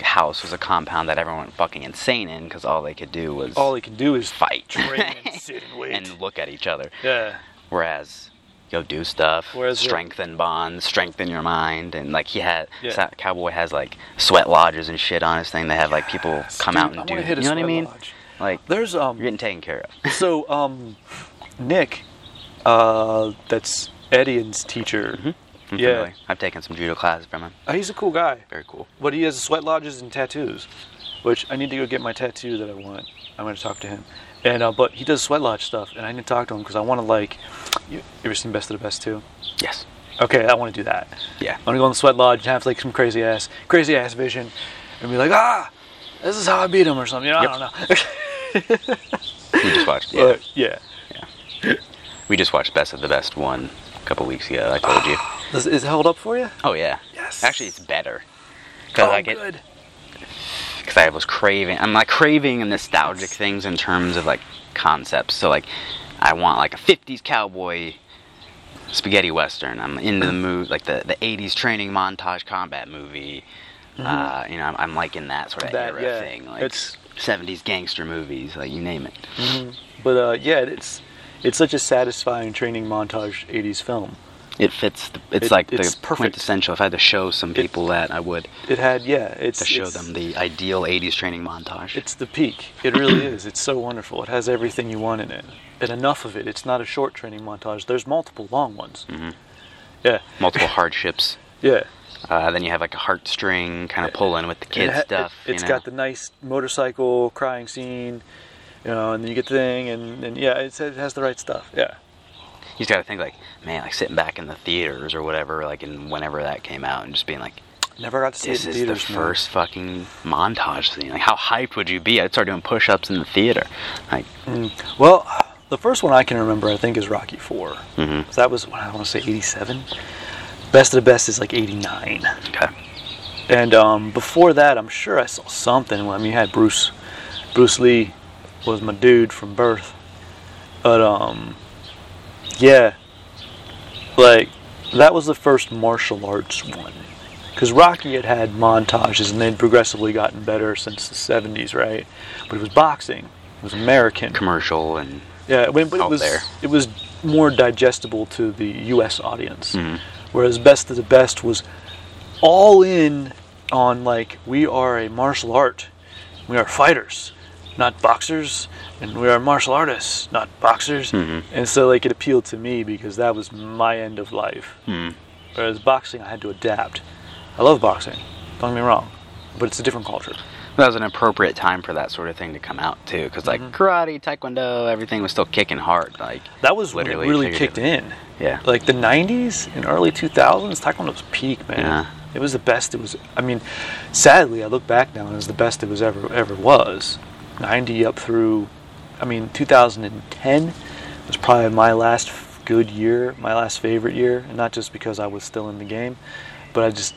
S2: house was a compound that everyone went fucking insane in because all they could do was
S1: all he can do is
S2: fight
S1: train and sit and wait.
S2: and look at each other.
S1: yeah,
S2: Whereas go do stuff,
S1: Whereas the-
S2: strengthen bonds, strengthen your mind, and like he had
S1: Yeah.
S2: Sa- Cowboy has like sweat lodges and shit on his thing. They have like people come out
S1: Dude,
S2: and
S1: I
S2: do,
S1: wanna hit a
S2: you know what I
S1: sweat
S2: mean?
S1: lodge.
S2: Like
S1: There's um
S2: you're getting taken care of.
S1: so um Nick, uh that's Eddie's teacher.
S2: I'm
S1: Yeah.
S2: familiar. I've taken some judo classes from him.
S1: Uh, he's a cool guy.
S2: Very cool.
S1: But he has sweat lodges and tattoos, which I need to go get my tattoo that I want. I'm going to talk to him. And uh, but he does sweat lodge stuff, and I need to talk to him because I want to like. You, you ever seen Best of the Best too?
S2: Yes.
S1: Okay, I want to do that.
S2: Yeah.
S1: I want to go in the sweat lodge and have like some crazy ass, crazy ass vision, and be like, ah, this is how I beat him or something. You know, I don't know.
S2: We just watched. Yeah.
S1: but yeah,
S2: We just watched Best of the Best one a couple weeks ago. I told you.
S1: Does- is it held up for you?
S2: Oh yeah.
S1: Yes.
S2: Actually, it's better. Cause I get,
S1: good.
S2: Cause I was craving. I'm like craving nostalgic things in terms of like concepts. So like, I want like a '50s cowboy spaghetti western. I'm into the move like the the '80s training montage combat movie. Uh, you know, I'm, I'm liking that sort of
S1: That,
S2: era
S1: yeah.
S2: thing. Like
S1: It's-
S2: '70s gangster movies. Like you name it.
S1: But uh, yeah, it's it's such a satisfying training montage '80s film.
S2: It fits. The, it's
S1: It-
S2: like the
S1: it's perfect.
S2: quintessential. If I had to show some people that, I would
S1: It had yeah, it's
S2: to show
S1: it's-
S2: them the ideal '80s training montage.
S1: It's the peak. It really is. It's so wonderful. It has everything you want in it, and enough of it. It's not a short training montage. There's multiple long ones. Yeah,
S2: Mm-hmm. multiple hardships.
S1: yeah.
S2: Uh, then you have like a heartstring kind of pulling with the
S1: And
S2: kid
S1: it ha-
S2: stuff.
S1: It,
S2: you
S1: has
S2: know?
S1: got the nice motorcycle crying scene, you know, and then you get the thing, and, and yeah, it's, it has the right stuff. Yeah,
S2: He's got to think like, man, like sitting back in the theaters or whatever, like and whenever that came out, and just being like,
S1: never got to see it
S2: this
S1: in
S2: is
S1: theaters.
S2: the
S1: man.
S2: first fucking montage scene. Like, how hyped would you be? I'd start doing push-ups in the theater. Like,
S1: Well, the first one I can remember, I think, is Rocky 4
S2: mm-hmm.
S1: So that was what I want to say, '87. Best of the best is like '89.
S2: okay,
S1: And um, before that, I'm sure I saw something. I mean, you had Bruce. Bruce Lee was my dude from birth. But um, yeah, like that was the first martial arts one. Because Rocky had had montages, and they'd progressively gotten better since the 70s, right? But it was boxing. It was American.
S2: commercial and
S1: Yeah, when, but it
S2: out
S1: was
S2: there.
S1: it was
S2: Mm-hmm.
S1: more digestible to the U.S. audience, whereas Best of the Best was all in on like we are a martial art. We are fighters, not boxers, and we are martial artists, not boxers.
S2: Mm-hmm.
S1: And so like it appealed to me because that was my end of life.
S2: mm-hmm.
S1: Whereas boxing, I had to adapt. I love boxing. Don't get me wrong, but it's a different culture.
S2: That was an appropriate time for that sort of thing to come out too, because like
S1: Mm-hmm.
S2: karate, taekwondo, everything was still kicking hard. Like
S1: That was when it
S2: Literally,
S1: really kicked
S2: figuratively.
S1: in.
S2: yeah,
S1: Like the '90s and early 2000s, Taekwondo was peak, man.
S2: Yeah.
S1: It was the best. It was. I mean, sadly, I look back now and it was the best it was ever ever was. '90 up through, I mean, 2010 was probably my last f- good year, my last favorite year, and not just because I was still in the game, but I just,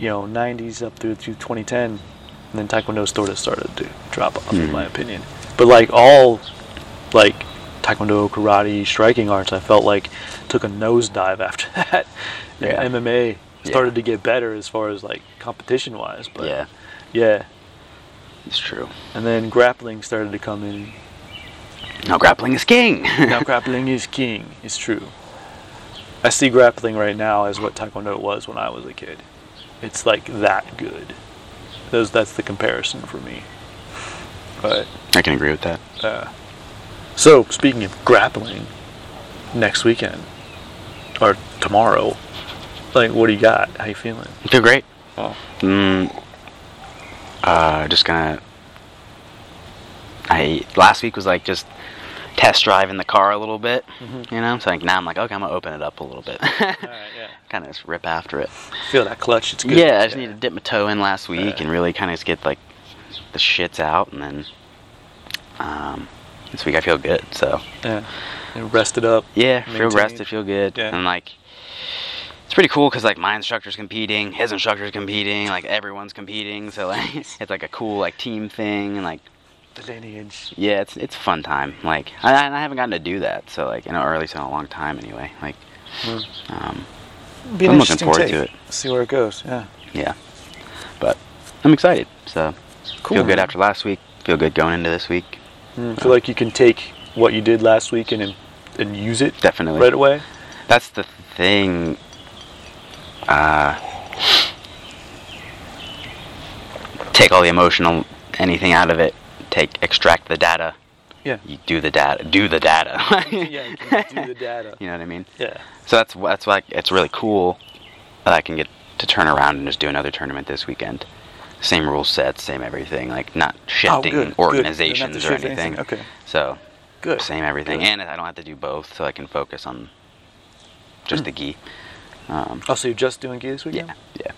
S1: you know, '90s up through through 2010, and then Taekwondo sort of started to drop off,
S2: Hmm.
S1: in my opinion. But like all like taekwondo, karate, striking arts, I felt like took a nosedive after that. And
S2: Yeah.
S1: MMA
S2: Yeah.
S1: started to get better as far as like competition wise, but
S2: yeah,
S1: yeah.
S2: it's true.
S1: And then grappling started to come in.
S2: Now grappling is king.
S1: Now grappling is king. It's true. I see grappling right now as what taekwondo was when I was a kid. It's like that good. Those that's the comparison for me. But
S2: I can agree with that.
S1: So, speaking of grappling, next weekend or tomorrow, like, what do you got? How you feeling?
S2: They're great.
S1: Oh.
S2: Mm, uh, just gonna. I last week was like just test driving the car a little bit, you know. So like now I'm like, okay, I'm gonna open it up a little bit,
S1: All right, Mm-hmm. yeah.
S2: kind of just rip after it.
S1: Feel that clutch? It's good.
S2: Yeah, I just need to dip my toe in last week
S1: Yeah.
S2: and really kind of just get like the shits out, and then um, this week I feel good. So
S1: Yeah. And rest it up.
S2: yeah, feel
S1: Maintain.
S2: rested, feel good,
S1: Yeah.
S2: and like it's pretty cool because like my instructor's competing, his instructor's competing, like everyone's competing. So like it's like a cool like team thing, and like
S1: The lineage.
S2: yeah, it's it's a fun time. Like I, I I haven't gotten to do that, so like you know, or at least in a long time anyway. Like um,
S1: Be an
S2: I'm looking
S1: interesting
S2: forward
S1: take.
S2: to it.
S1: See where it goes. Yeah.
S2: yeah, but I'm excited. So
S1: Cool,
S2: feel good
S1: man.
S2: after last week. Feel good going into this week.
S1: Mm, feel like you can take what you did last week and and use it
S2: Definitely.
S1: right away.
S2: That's the thing. Uh, take all the emotional anything out of it. Take extract the data.
S1: Yeah.
S2: You do the data. Do the data.
S1: yeah. You can do the data.
S2: You know what I mean?
S1: Yeah.
S2: So that's wh- that's why it's really cool that I can get to turn around and just do another tournament this weekend. Same rule sets, same everything. Like not shifting
S1: Oh, good, good.
S2: organizations
S1: Don't have to
S2: or
S1: shift anything.
S2: anything.
S1: Okay.
S2: So
S1: Good.
S2: same everything,
S1: Good.
S2: and I don't have to do both, so I can focus on
S1: Mm.
S2: just the gi. Um,
S1: Oh, so you're just doing gi this weekend?
S2: yeah, yeah.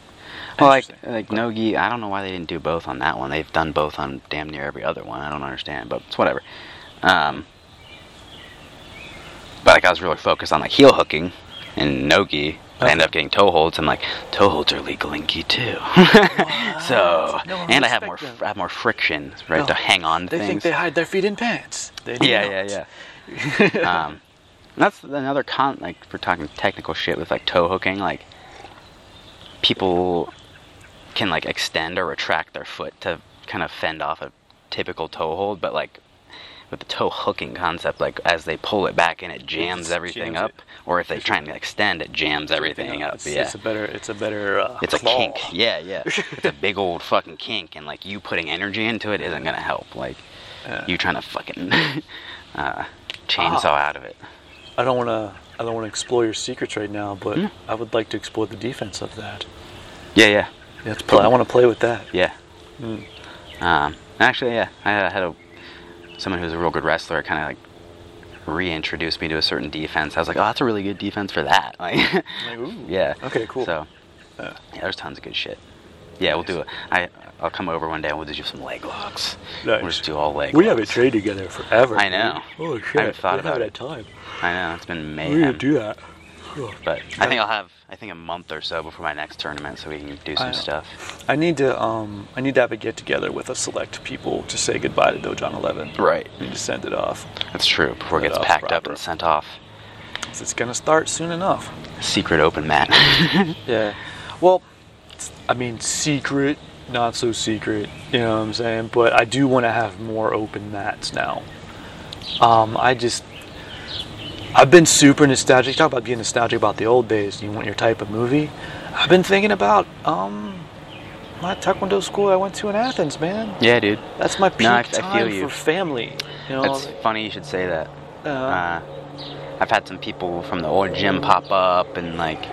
S2: Well, like
S1: Interesting.
S2: like no gi. I don't know why they didn't do both on that one. They've done both on damn near every other one. I don't understand, but it's whatever. Um, but like I was really focused on like heel hooking and no gi. I ended up getting toe holds. I'm like, toe holds are legal in gi too. so,
S1: No, I
S2: and I have
S1: respect
S2: more,
S1: them.
S2: I have more friction, right,
S1: No,
S2: to hang on to
S1: They
S2: things.
S1: think they hide their feet in pants. They do
S2: Yeah,
S1: not.
S2: yeah, yeah. um, and that's another con. Like for talking technical shit with like toe hooking, like people can like extend or retract their foot to kind of fend off a typical toe hold, but like with the toe hooking concept, like as they pull it back in, it jams
S1: It
S2: everything
S1: jams
S2: up,
S1: it.
S2: or if they try and extend, it jams everything up.
S1: It's,
S2: Yeah.
S1: it's a better. It's a better. Uh,
S2: It's a
S1: claw.
S2: kink. Yeah, yeah. It's a big old fucking kink, and like you putting energy into it isn't gonna help. Like
S1: Yeah.
S2: you trying to fucking uh, chainsaw
S1: Ah.
S2: out of it.
S1: I don't want to. I don't want to explore your secrets right now, but
S2: Hmm.
S1: I would like to explore the defense of that.
S2: Yeah, yeah,
S1: Let's play. I want to play with that.
S2: yeah.
S1: Hmm.
S2: Um, actually, yeah, I had- I had a someone who's a real good wrestler kind of like reintroduced me to a certain defense. I was like, oh, that's a really good defense for that. Like,
S1: Like, ooh.
S2: yeah.
S1: Okay, cool.
S2: So
S1: Uh,
S2: yeah, there's tons of good shit. Yeah, we'll do it. I I'll come over one day and we'll just do some leg locks. We'll
S1: Nice.
S2: just do all leg.
S1: we
S2: locks.
S1: haven't trained together forever.
S2: I know.
S1: dude. Holy
S2: I
S1: shit!
S2: haven't thought
S1: we
S2: about
S1: haven't
S2: it.
S1: had time.
S2: I know it's been
S1: We need to
S2: mayhem.
S1: do that.
S2: But I think I'll have I think a month or so before my next tournament, so we can do
S1: I-
S2: some stuff.
S1: I need to. Um, I need to have a get together with a select people to say goodbye to Dojon Eleven.
S2: Right.
S1: I need to send it off.
S2: That's true. Before it
S1: Set
S2: gets
S1: off
S2: packed up
S1: proper.
S2: and sent off.
S1: 'Cause It's gonna start soon enough.
S2: Secret open mat.
S1: Yeah. Well, it's- I mean, secret, not so secret. You know what I'm saying? But I do want to have more open mats now. Um, I just, I've been super nostalgic. You talk about being nostalgic about the old days. You want your type of movie. I've been thinking about um my taekwondo school I went to in Athens, man.
S2: Yeah, dude.
S1: That's my peak
S2: I- I feel
S1: time for
S2: you.
S1: family. You know,
S2: That's funny you should say that.
S1: uh,
S2: Uh, I've had some people from the old gym pop up and like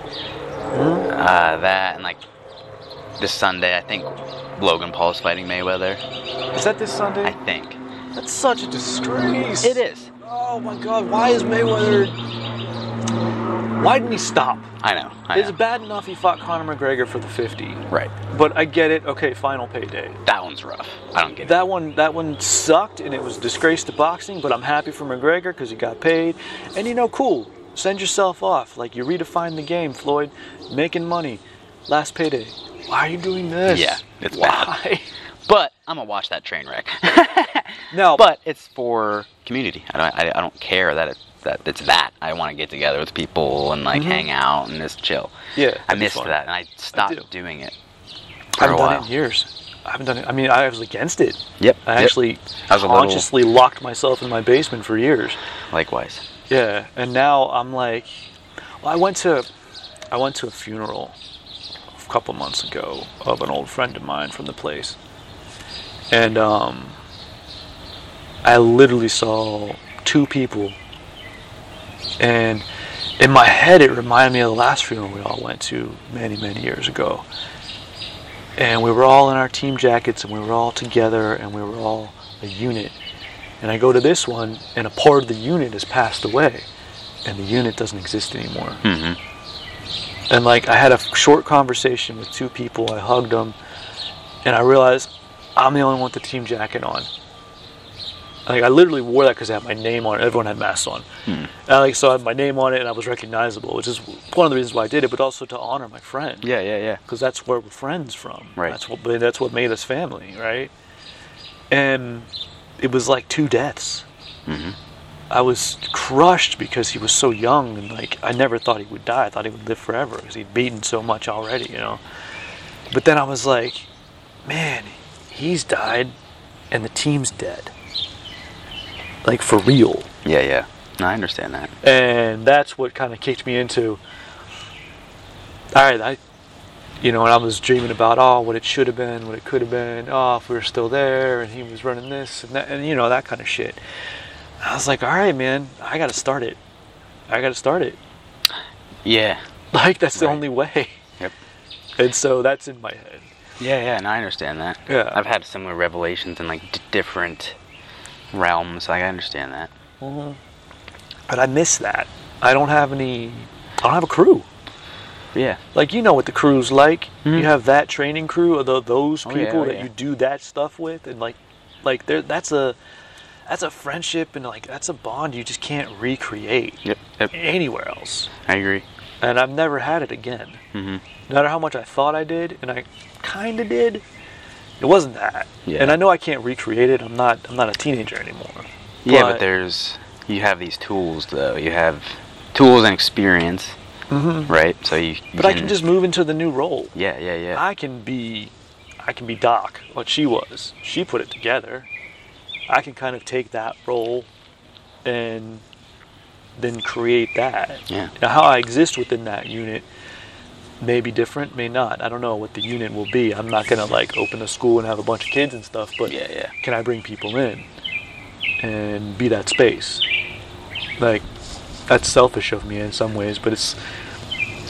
S2: uh, that, and like this Sunday, I think Logan Paul's fighting Mayweather.
S1: is that this Sunday?
S2: I think
S1: That's such a disgrace.
S2: it is.
S1: Oh my God! Why is Mayweather? Why didn't he stop?
S2: I know. I
S1: It's
S2: know.
S1: bad enough he fought Conor McGregor for the 50,
S2: Right.
S1: but I get it. Okay, final payday.
S2: That one's rough. I don't get
S1: That one, that one sucked, and it was disgrace to boxing. But I'm happy for McGregor because he got paid, and you know, cool. Send yourself off, like you redefined the game, Floyd. Making money, last payday. Why are you doing this?
S2: Yeah, it's bad.
S1: why.
S2: it. But I'm gonna watch that train wreck.
S1: No,
S2: Oh, but it's for community. I don't. I, I don't care that it that it's that. I want to get together with people and like hang out and just chill.
S1: Mm-hmm. yeah,
S2: I
S1: that'd be
S2: missed
S1: fun.
S2: that, and I stopped
S1: do.
S2: doing it.
S1: I
S2: For a
S1: haven't done
S2: while.
S1: it in years. I haven't done it. I mean, I was against it.
S2: Yep.
S1: I
S2: yep.
S1: actually
S2: I was a little-
S1: consciously locked myself in my basement for years.
S2: likewise.
S1: Yeah, and now I'm like, well, I went to, I went to a funeral a couple months ago of an old friend of mine from the place, and um, I literally saw two people, and in my head it reminded me of the last funeral we all went to many many years ago, and we were all in our team jackets and we were all together and we were all a unit. And I go to this one, and a part of the unit has passed away, and the unit doesn't exist anymore.
S2: Mm-hmm.
S1: And like, I had a f- short conversation with two people, I hugged them, and I realized I'm the only one with the team jacket on. Like, I literally wore that because I had my name on it. Everyone had masks on. And, like, so I had my name on it, and I was recognizable, which is one of the reasons why I did it, but also to honor my friend
S2: Yeah, yeah, yeah.
S1: because that's where we're friends from.
S2: Right.
S1: That's what that's what made us family, right? And it was like two deaths. I was crushed because he was so young, and like I never thought he would die. I thought he would live forever because he'd beaten so much already, you know. But then I was like, man, he's died, and the team's dead. Like for real
S2: Yeah, yeah. No, I understand that.
S1: and that's what kind of kicked me into all right i you know and i was dreaming about oh what it should have been what it could have been oh if we were still there and he was running this and that and you know that kind of shit i was like all right man i gotta start it i gotta start it
S2: Yeah.
S1: like that's the
S2: Right.
S1: only way
S2: Yep.
S1: and so that's in my head
S2: Yeah, yeah. No, I understand that.
S1: Yeah.
S2: I've had similar revelations in like d- different realms. Like I understand that.
S1: but i miss that i don't have any i don't have a crew
S2: Yeah.
S1: like you know what the crew's like.
S2: Mhm.
S1: You have that training crew, or tho- those
S2: Oh,
S1: people
S2: yeah, oh,
S1: that
S2: yeah.
S1: you do that stuff with, and like, like there, that's a, that's a friendship, and like that's a bond you just can't recreate
S2: Yep. Yep.
S1: anywhere else.
S2: I agree.
S1: And I've never had it again.
S2: Mm-hmm.
S1: No matter how much I thought I did, and I kind of did, it wasn't that.
S2: Yeah.
S1: And I know I can't recreate it. I'm not. I'm not a teenager anymore.
S2: Yeah, but
S1: But-
S2: there's you have these tools though. You have tools and experience,
S1: Mm-hmm.
S2: right? So you. you
S1: But I can just move into the new role.
S2: Yeah, yeah, yeah.
S1: I can be, I can be Doc, what she was. She put it together. I can kind of take that role, and then create that.
S2: yeah.
S1: Now, how I exist within that unit may be different, may not. I don't know what the unit will be. I'm not gonna like open a school and have a bunch of kids and stuff. But
S2: Yeah, yeah.
S1: can I bring people in and be that space? Like that's selfish of me in some ways, but it's.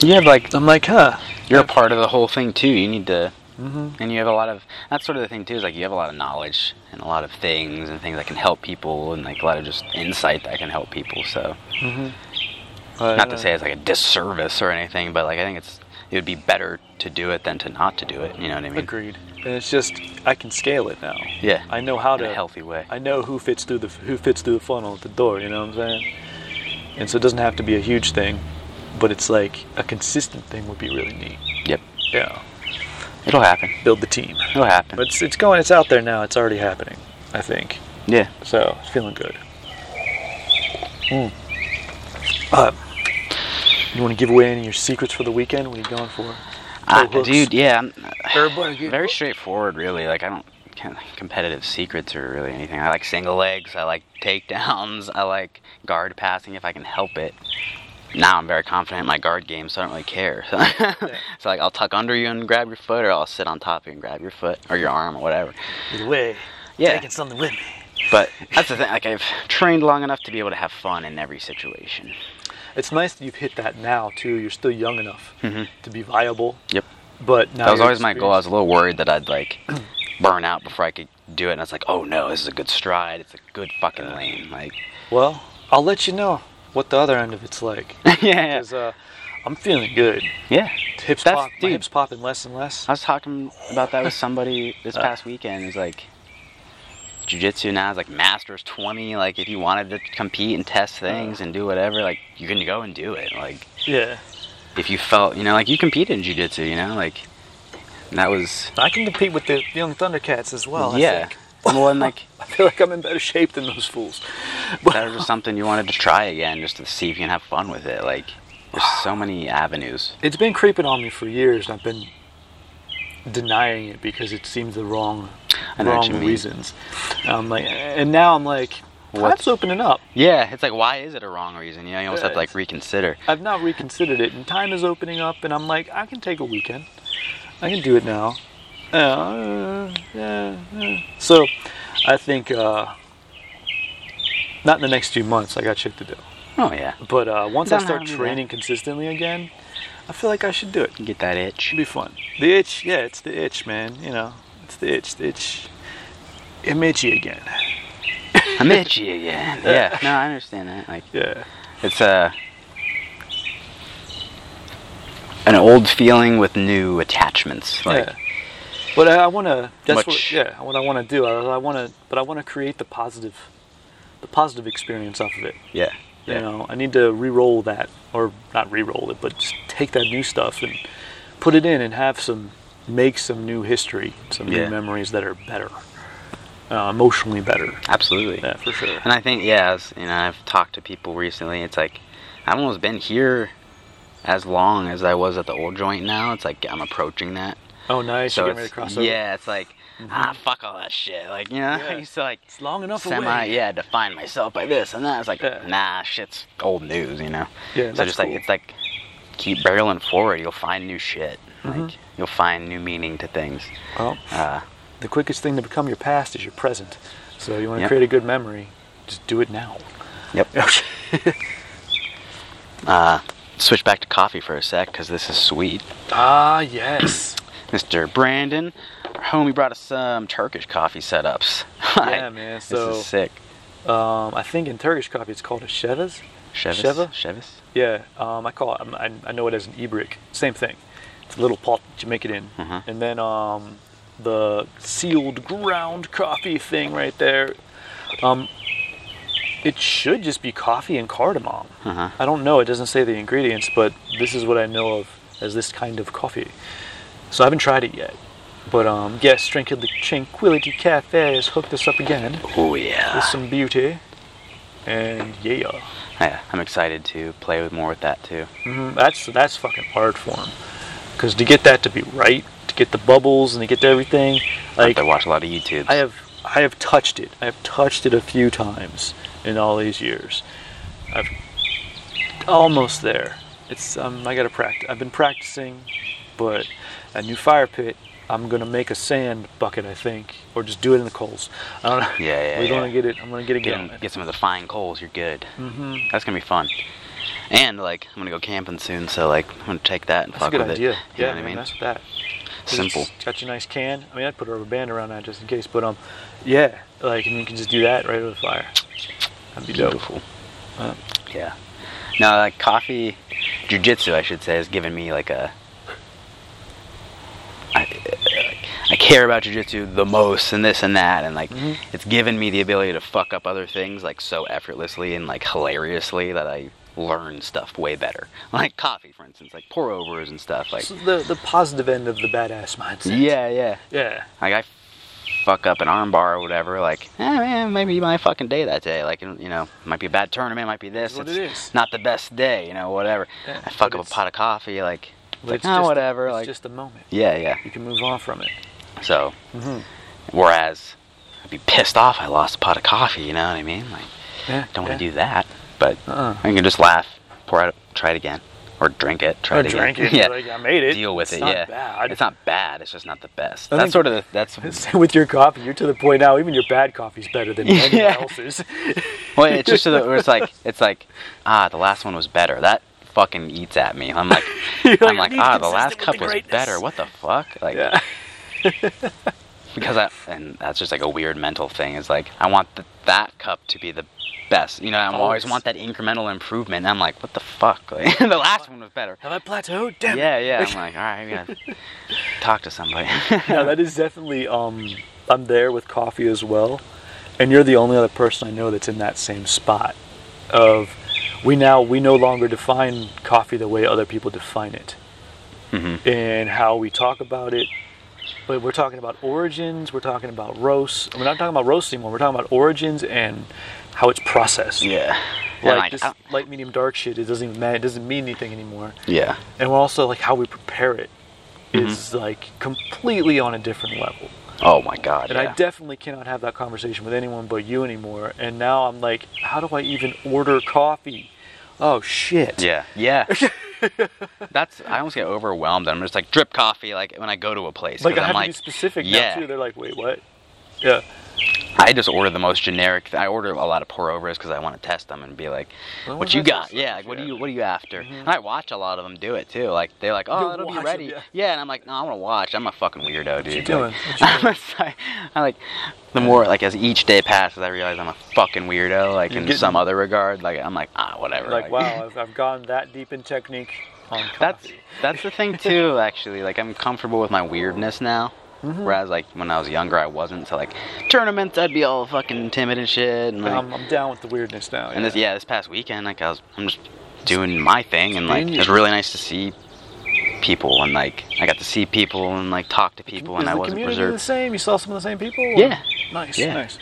S2: You have like
S1: I'm like, huh.
S2: you're a part of the whole thing too. You need to
S1: Mm-hmm.
S2: And you have a lot of that's sort of the thing too is like you have a lot of knowledge and a lot of things and things that can help people and like a lot of just insight that can help people. So
S1: Mm-hmm.
S2: not to say it's like a disservice or anything, but like I think it's it would be better to do it than to not to do it. You know what I mean?
S1: Agreed. And it's just I can scale it now.
S2: Yeah.
S1: I know how
S2: in a
S1: to.
S2: healthy way.
S1: I know who fits through the who fits through the funnel at the door. You know what I'm saying? And so it doesn't have to be a huge thing, but it's like a consistent thing would be really neat.
S2: Yep.
S1: Yeah.
S2: It'll happen.
S1: Build the team.
S2: It'll happen.
S1: But it's, it's going. It's out there now. It's already happening. I think.
S2: yeah.
S1: So it's feeling good. Mm. Uh, you want to give away any of your secrets for the weekend? What are you going for?
S2: Ah,
S1: hooks.
S2: dude, yeah. I'm- uh,
S1: Everybody get-
S2: very straightforward really. Like I don't kind of competitive secrets or really anything. I like single legs, I like takedowns, I like guard passing if I can help it. now I'm very confident in my guard game, so I don't really care. So, so like I'll tuck under you and grab your foot, or I'll sit on top of you and grab your foot or your arm or whatever.
S1: Either way,
S2: Yeah.
S1: taking something with me.
S2: But that's the thing. Like I've trained long enough to be able to have fun in every situation.
S1: It's nice that you've hit that now too. You're still young enough to be viable,
S2: Yep.
S1: but now
S2: Mm-hmm. that was
S1: you're
S2: always my goal. I was
S1: experienced.
S2: a little worried that I'd like burn out before I could do it, and I was like, "Oh no, this is a good stride. It's a good fucking
S1: Uh,
S2: lane." Like,
S1: Well, I'll let you know what the other end of it's like.
S2: yeah, yeah,
S1: 'Cause, uh, I'm feeling good.
S2: yeah.
S1: Hips
S2: That's-
S1: pop, my
S2: dude.
S1: hips popping less and less.
S2: I was talking about that with somebody this
S1: Uh.
S2: past weekend. It's like jujitsu now is like masters twenty. Like, if you wanted to compete and test
S1: Uh.
S2: things and do whatever, like you can go and do it. Like,
S1: Yeah,
S2: if you felt, you know, like you competed in jujitsu, you know, like and that was
S1: I can compete with the young Thundercats as well. I
S2: yeah.
S1: think.
S2: Well, and like
S1: I feel like I'm in better shape than those fools.
S2: that was just something you wanted to try again just to see if you can have fun with it like there's so many avenues
S1: It's been creeping on me for years, and I've been denying it because it seemed the wrong,
S2: I know what
S1: wrong
S2: you mean.
S1: reasons. Um, like, and now I'm like,
S2: What's-
S1: that's opening up.
S2: yeah it's like why is it a wrong reason you know you almost have to like
S1: Right.
S2: reconsider
S1: I've not reconsidered it, and time is opening up, and I'm like, I can take a weekend. I can do it now. Uh, yeah, yeah. So, I think uh, not in the next few months. I got shit to do.
S2: oh yeah
S1: But uh, once I
S2: Don't
S1: start
S2: have to do
S1: training consistently again, I feel like I should do it.
S2: you get that itch
S1: It'll be fun. The itch, yeah, it's the itch, man. You know, it's the itch, the itch. I'm itchy again.
S2: i'm itchy again yeah no i understand that like
S1: Yeah.
S2: it's uh an old feeling with new attachments like
S1: yeah. But I, I want to. That's what.
S2: Much-
S1: Yeah. What I want to do. I, I want to. But I want to create the positive, the positive experience off of it.
S2: yeah yeah,
S1: You know, I need to re-roll that, or not re-roll it, but just take that new stuff and put it in and have some, make some new history, some
S2: Yeah.
S1: new memories that are better, uh, emotionally better.
S2: absolutely
S1: Yeah, for sure.
S2: And I think, yeah, as, you know, I've talked to people recently. It's like I've almost been here as long as I was at the old joint. Now it's like I'm approaching that.
S1: Oh, nice.
S2: So
S1: You're getting ready
S2: it's,
S1: to cross over. Mm-hmm.
S2: yeah, it's like ah, fuck all that shit. Like you know, I
S1: Yeah.
S2: used to like
S1: It's long enough
S2: semi
S1: away.
S2: yeah define myself by this and that. It's like
S1: Yeah.
S2: nah, shit's old news. You know.
S1: Yeah,
S2: So
S1: that's
S2: just
S1: cool.
S2: like it's like keep barreling forward. You'll find new shit.
S1: Mm-hmm.
S2: Like you'll find new meaning to things.
S1: Well,
S2: Uh,
S1: the quickest thing to become your past is your present. So you want to
S2: Yep.
S1: create a good memory, just do it now.
S2: yep. Uh, switch back to coffee for a sec because this is sweet.
S1: ah, yes.
S2: Mr. Brandon, our homie brought us some Turkish coffee setups.
S1: Yeah, man,
S2: This
S1: so-
S2: is sick.
S1: Um, I think in Turkish coffee it's called a shevas.
S2: Chevis?
S1: Sheva?
S2: Chevis?
S1: Yeah, um, I call it. I'm- I, I know it as an ebrick. Same thing. It's a little pot that you make it in,
S2: Mhm.
S1: and then um, the sealed ground coffee thing right there. Um, it should just be coffee and cardamom.
S2: Uh-huh.
S1: I don't know. It doesn't say the ingredients, but this is what I know of as this kind of coffee. So I haven't tried it yet. But um, yes, Tranquility, Tranquility Cafe has hooked us up again
S2: Oh,
S1: with
S2: yeah.
S1: some beauty. And yeah.
S2: yeah. I'm excited to play with more with that, too.
S1: Mhm, That's that's fucking hard for him. Because to get that to be right, to get the bubbles and to get everything, like
S2: I watch a lot of YouTube.
S1: I have I have touched it. I have touched it a few times in all these years. I've almost there. It's um, I gotta practice. I've been practicing, but a new fire pit. I'm gonna make a sand bucket, I think, or just do it in the coals. I don't know.
S2: Yeah, yeah,
S1: We're
S2: yeah.
S1: gonna get it. I'm gonna get it
S2: get,
S1: going.
S2: 'em- get some of the fine coals, you're good.
S1: hmm
S2: That's going to be fun. And, like, I'm going to go camping soon, so, like, I'm going to take that and
S1: That's a
S2: fuck
S1: good
S2: with
S1: idea.
S2: it. You
S1: Yeah,
S2: know what
S1: man,
S2: I mean?
S1: that's that.
S2: Simple.
S1: It's got your nice can. I mean, I'd put a rubber band around that just in case. But um, yeah, like and you can just do that right over the fire. That'd be dope.
S2: Beautiful.
S1: Uh,
S2: Yeah. No, like coffee, jujitsu, I should say, has given me like a. I, uh, I care about jujitsu the most, and this and that, and like
S1: Mhm.
S2: it's given me the ability to fuck up other things like so effortlessly and like hilariously that I learn stuff way better. Like coffee, for instance, like pour overs and stuff. Like
S1: So the the positive end of the badass mindset.
S2: yeah, yeah.
S1: Yeah.
S2: Like I fuck up an armbar or whatever. Like, eh, man, maybe my fucking day that day. Like, you know, might be a bad tournament, might be this.
S1: It's what
S2: it's
S1: it is.
S2: Not the best day, you know, whatever.
S1: Yeah,
S2: I fuck
S1: but
S2: up a
S1: it's-
S2: pot of coffee. Like, it's
S1: But
S2: like, "Ah, whatever.
S1: It's
S2: like,
S1: just a moment.
S2: yeah, yeah.
S1: You can move on from it.
S2: So,
S1: Mhm.
S2: whereas I'd be pissed off I lost a pot of coffee. You know what I mean? Like,
S1: Yeah.
S2: don't want to do that. But
S1: Uh-uh.
S2: I can just laugh, pour out, try it again, or drink it, try
S1: I
S2: it again.
S1: drank it.
S2: yeah,
S1: Like, I made it.
S2: deal with
S1: it's
S2: it.
S1: Not
S2: yeah,
S1: bad.
S2: it's not bad. It's just not the best.
S1: I
S2: that's
S1: think-
S2: sort of the, that's
S1: with your coffee, you're to the point now. Even your bad coffee's better than anyone
S2: Yeah.
S1: else's.
S2: well, it's just so that where it's like it's like ah, the last one was better. That fucking eats at me. I'm like
S1: You're
S2: I'm
S1: like,
S2: like
S1: "It needs
S2: ah, the
S1: consistent
S2: last
S1: with the
S2: cup was
S1: greatness."
S2: better. What the fuck? Like
S1: yeah.
S2: because I and that's just like a weird mental thing. Is like I want th that cup to be the best. You know, I am always
S1: Always.
S2: want that incremental improvement. And I'm like, what the fuck? Like, the last one was better.
S1: Have I plateaued? Damn. it.
S2: Yeah, yeah. I'm like, all right, we gotta talk to somebody.
S1: yeah, that is definitely. Um, I'm there with coffee as well, and you're the only other person I know that's in that same spot. Of we now we no longer define coffee the way other people define it,
S2: Mhm.
S1: and how we talk about it. But we're talking about origins. We're talking about roasts. We're not talking about roasts anymore. We're talking about origins and how it's processed.
S2: yeah. And
S1: Like,
S2: like,
S1: this
S2: I don't-
S1: light, medium, dark shit. It doesn't even matter. It doesn't mean anything anymore
S2: yeah.
S1: and we're also like how we prepare it
S2: Mm-hmm.
S1: is like completely on a different level.
S2: Oh my god.
S1: And
S2: yeah.
S1: I definitely cannot have that conversation with anyone but you anymore. And now I'm like, how do I even order coffee? Oh shit.
S2: Yeah, yeah. That's I almost get overwhelmed. I'm just like drip coffee, like when I go to a place.
S1: Like
S2: 'cause
S1: I
S2: I'm
S1: have to
S2: like,
S1: be specific
S2: yeah.
S1: now too. They're like, wait, what? Yeah.
S2: I just order the most generic. I order a lot of pour overs because I want to test them and be like,
S1: Well,
S2: what
S1: what
S2: you
S1: about
S2: got?
S1: this?
S2: Yeah, like, what do
S1: Oh, Yeah.
S2: you what are you after? And I watch a lot of them do it too. Like they're like, oh,
S1: You'll
S2: it'll be
S1: watch 'em,
S2: ready.
S1: yeah.
S2: yeah, and I'm like, no, I want to watch. I'm a fucking weirdo, dude.
S1: you
S2: Like,
S1: doing? What you
S2: I'm just like, I like the more like as each day passes, I realize I'm a fucking weirdo. Like
S1: You're
S2: in
S1: getting-
S2: some other regard, like I'm like ah whatever.
S1: Like, wow, I've, I've gone that deep in technique on coffee.
S2: That's that's the thing too. Actually, like I'm comfortable with my weirdness now.
S1: Mm-hmm.
S2: Whereas like when I was younger, I wasn't. So like tournaments, I'd be all fucking timid and shit. And, like,
S1: I'm, I'm down with the weirdness now.
S2: and this yeah, this past weekend, like I was I'm just doing my thing, and like
S1: being
S2: it was
S1: you.
S2: really nice to see people, and like I got to see people and like talk to people,
S1: Is
S2: and I
S1: the
S2: wasn't
S1: community the
S2: reserved.
S1: same? You saw some of the same people? or-
S2: Yeah.
S1: Nice.
S2: Yeah.
S1: Nice.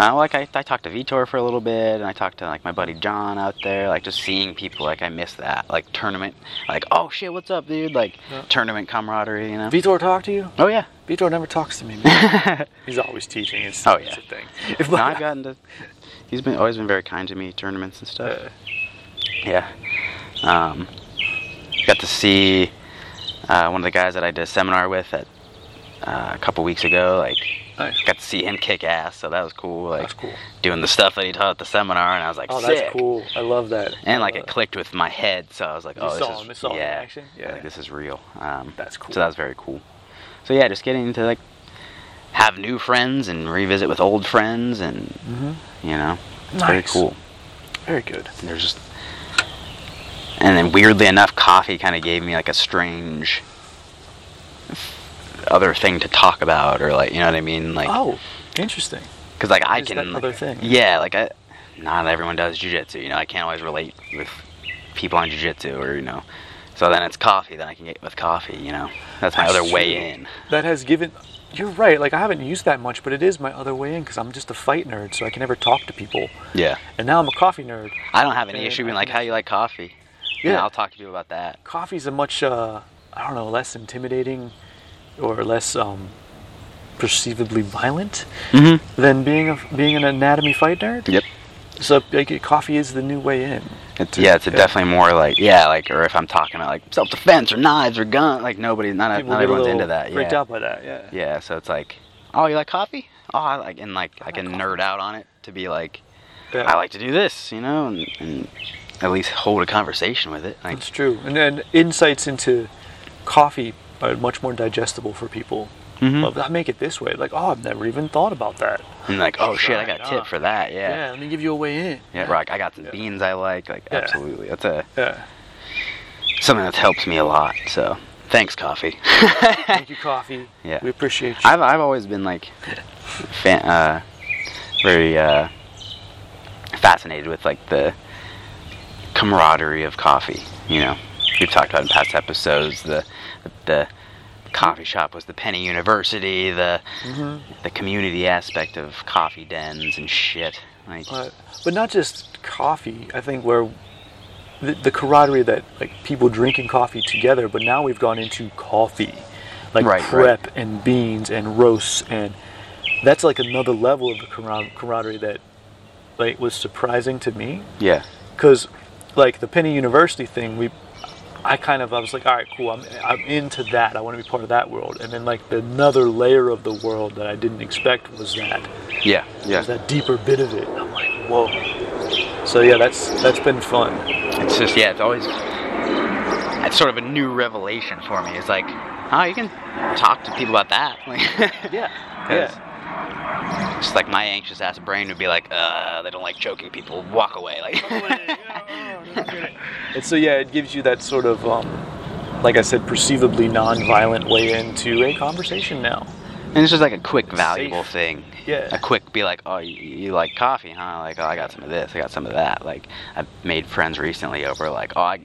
S2: Uh, like I, I talked to Vitor for a little bit, and I talked to like my buddy John out there. Like just seeing people, like I miss that. Like tournament, like oh shit, what's up, dude? Like
S1: Yeah.
S2: tournament camaraderie, you know?
S1: Vitor talk to you?
S2: oh yeah.
S1: Vitor never talks to me. man. He's always teaching. It's,
S2: Oh,
S1: it's
S2: yeah.
S1: a thing.
S2: No, I've gotten to. He's been always been very kind to me, tournaments and stuff.
S1: Uh,
S2: yeah. Um, got to see uh, one of the guys that I did a seminar with at, uh, a couple weeks ago. Like,
S1: nice.
S2: got to see him kick ass, so that was cool. Like,
S1: That's cool.
S2: doing the stuff that he taught at the seminar, and I was like,
S1: Oh,
S2: sick.
S1: that's cool. I love that. Uh,
S2: And
S1: I
S2: like
S1: love
S2: it clicked with my head, so I was like,
S1: You
S2: oh,
S1: saw
S2: this
S1: him, you
S2: is
S1: saw him in
S2: yeah,
S1: action?
S2: I was
S1: Yeah.
S2: like this is real. Um,
S1: That's cool.
S2: So that was very cool. So yeah, just getting to like have new friends and revisit with old friends, and
S1: Mm-hmm.
S2: you know, it's very
S1: Nice.
S2: cool.
S1: Very good.
S2: And there's just and then weirdly enough coffee kind of gave me like a strange other thing to talk about or like you know what i mean like
S1: Oh, interesting.
S2: because like i
S1: is
S2: can
S1: that other thing?
S2: yeah like i not everyone does jujitsu. you know i can't always relate with people on jujitsu or you know so then it's coffee then i can get with coffee you know that's my other
S1: That's true.
S2: way in
S1: That has given. You're right. Like I haven't used that much, but it is my other way in because I'm just a fight nerd, so I can never talk to people.
S2: yeah
S1: And now I'm a coffee nerd.
S2: i don't have any
S1: And
S2: issue
S1: I
S2: being like
S1: can-
S2: how you like coffee
S1: Yeah.
S2: yeah i'll talk to people about that
S1: Coffee's a much, uh, I don't know, less intimidating or less um, perceivably violent
S2: mm-hmm
S1: than being a being an anatomy fight nerd.
S2: yep
S1: So like, coffee is the new way in.
S2: It's,
S1: To-
S2: yeah, it's a
S1: yeah.
S2: definitely more like yeah, like or if I'm talking about like self defense or knives or gun, like nobody, not,
S1: People
S2: not
S1: get a
S2: everyone's
S1: little
S2: into that.
S1: Freaked
S2: Yeah,
S1: out by that. Yeah.
S2: yeah. So it's like, oh, you like coffee? Oh, I like and like I can nerd out on it to be like,
S1: Yeah.
S2: I like to do this, you know, and, and at least hold a conversation with it. Like,
S1: It's true. And then insights into coffee are much more digestible for people.
S2: Mhm.
S1: Well, I make it this way. Like, oh, I've never even thought about that.
S2: and like, oh shit, I
S1: Right,
S2: got a
S1: uh,
S2: tip for that. Yeah, yeah.
S1: let me give you a way in.
S2: Rock, I got some beans I like. Like,
S1: Yeah.
S2: absolutely, that's a
S1: Yeah.
S2: something that's helped me a lot. So, thanks, coffee.
S1: Thank you, coffee.
S2: Yeah.
S1: We appreciate you.
S2: I've I've always been like, fan, uh, very uh, fascinated with like the camaraderie of coffee. You know, we've talked about in past episodes the the coffee shop was the Penny University, the the community aspect of coffee dens and shit. Like,
S1: but, but not just coffee. I think where the, the camaraderie that like people drinking coffee together, but now we've gone into coffee, like
S2: Right,
S1: prep and beans and roasts, and that's like another level of the camar- camaraderie that like was surprising to me
S2: yeah,
S1: because like the Penny University thing, we, I kind of I was like, all right, cool, I'm I'm into that. I want to be part of that world. And then like the another layer of the world that I didn't expect was that
S2: Yeah.
S1: was that deeper bit of it. And I'm like, whoa. So yeah, that's that's been fun.
S2: It's just yeah, it's always it's sort of a new revelation for me. It's like, oh, you can talk to people about that. Like,
S1: Yeah.
S2: 'cause Just like my anxious ass brain would be like, uh, they don't like choking people. Walk away. Like,
S1: And so yeah, it gives you that sort of, um, like I said, perceivably non-violent way into a conversation now.
S2: and it's just like a quick, valuable
S1: Safe.
S2: thing.
S1: Yeah.
S2: A quick, be like, oh, you, you like coffee, huh? Like, oh, I got some of this. I got some of that. Like, I made friends recently over like, oh, I,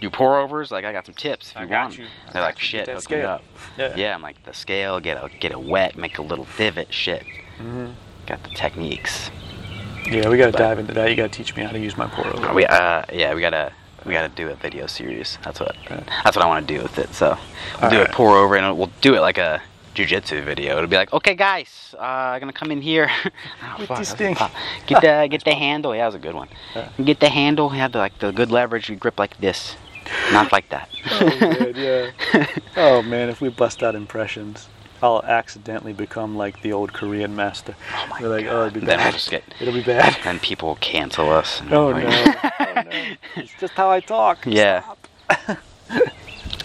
S2: you pour overs. Like, I got some tips if
S1: I
S2: you
S1: got
S2: want. 'em."
S1: you. I
S2: They're
S1: got
S2: like,
S1: you. Get
S2: shit,
S1: that
S2: hook me
S1: scale."
S2: up.
S1: Yeah.
S2: Yeah, I'm like the scale, get a get it wet, make a little divot, shit.
S1: Mm-hmm.
S2: Got the techniques.
S1: Yeah, we gotta dive into that. You gotta teach me how to use my portal.
S2: We uh yeah, we gotta we gotta do a video series. That's what that's what I want to do with it. So we'll do
S1: Alright.
S2: a pour over and we'll do it like a jujitsu video. It'll be like, okay, guys, uh, I'm gonna come in here. Oh,
S1: With
S2: fuck,
S1: this
S2: that was a
S1: thing.
S2: pop. Get the get the handle. Yeah, that was a good one. Get the handle. Have the, like the good leverage. You grip like this, not like that.
S1: oh, good, yeah. oh man, if we bust out impressions, I'll accidentally become like the old Korean master. Oh
S2: my
S1: like, oh, it'll be
S2: Then we'll
S1: bad.
S2: just get.
S1: It'll be bad.
S2: Then people will cancel us. and
S1: Oh
S2: like-
S1: no. oh no. It's just how I talk.
S2: Yeah.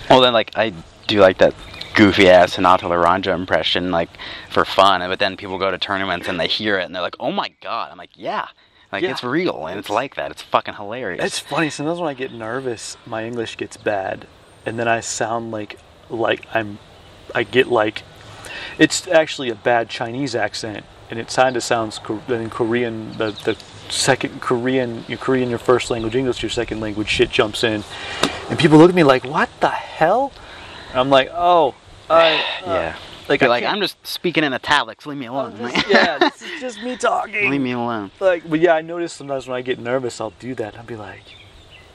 S2: well, then, like, I do like that goofy ass Sonata Laranja impression, like, for fun. But then people go to tournaments and they hear it and they're like, oh my god. I'm like, yeah. Like,
S1: Yeah.
S2: it's real and it's like that. It's fucking hilarious.
S1: It's funny. Sometimes when I get nervous, my English gets bad, and then I sound like like I'm. I get like it's actually a bad Chinese accent, and it kind of sounds Kor- in Korean. The the second Korean, your Korean, your first language, English, your second language, shit jumps in, and people look at me like, "What the hell?" And I'm like, "Oh, I, uh,
S2: yeah.
S1: like,
S2: Like,
S1: I
S2: like
S1: can't-
S2: I'm just speaking in italics. Leave me alone.
S1: this- yeah, this is just me talking."
S2: Leave me alone.
S1: like but yeah i notice sometimes when i get nervous i'll do that and i'll be like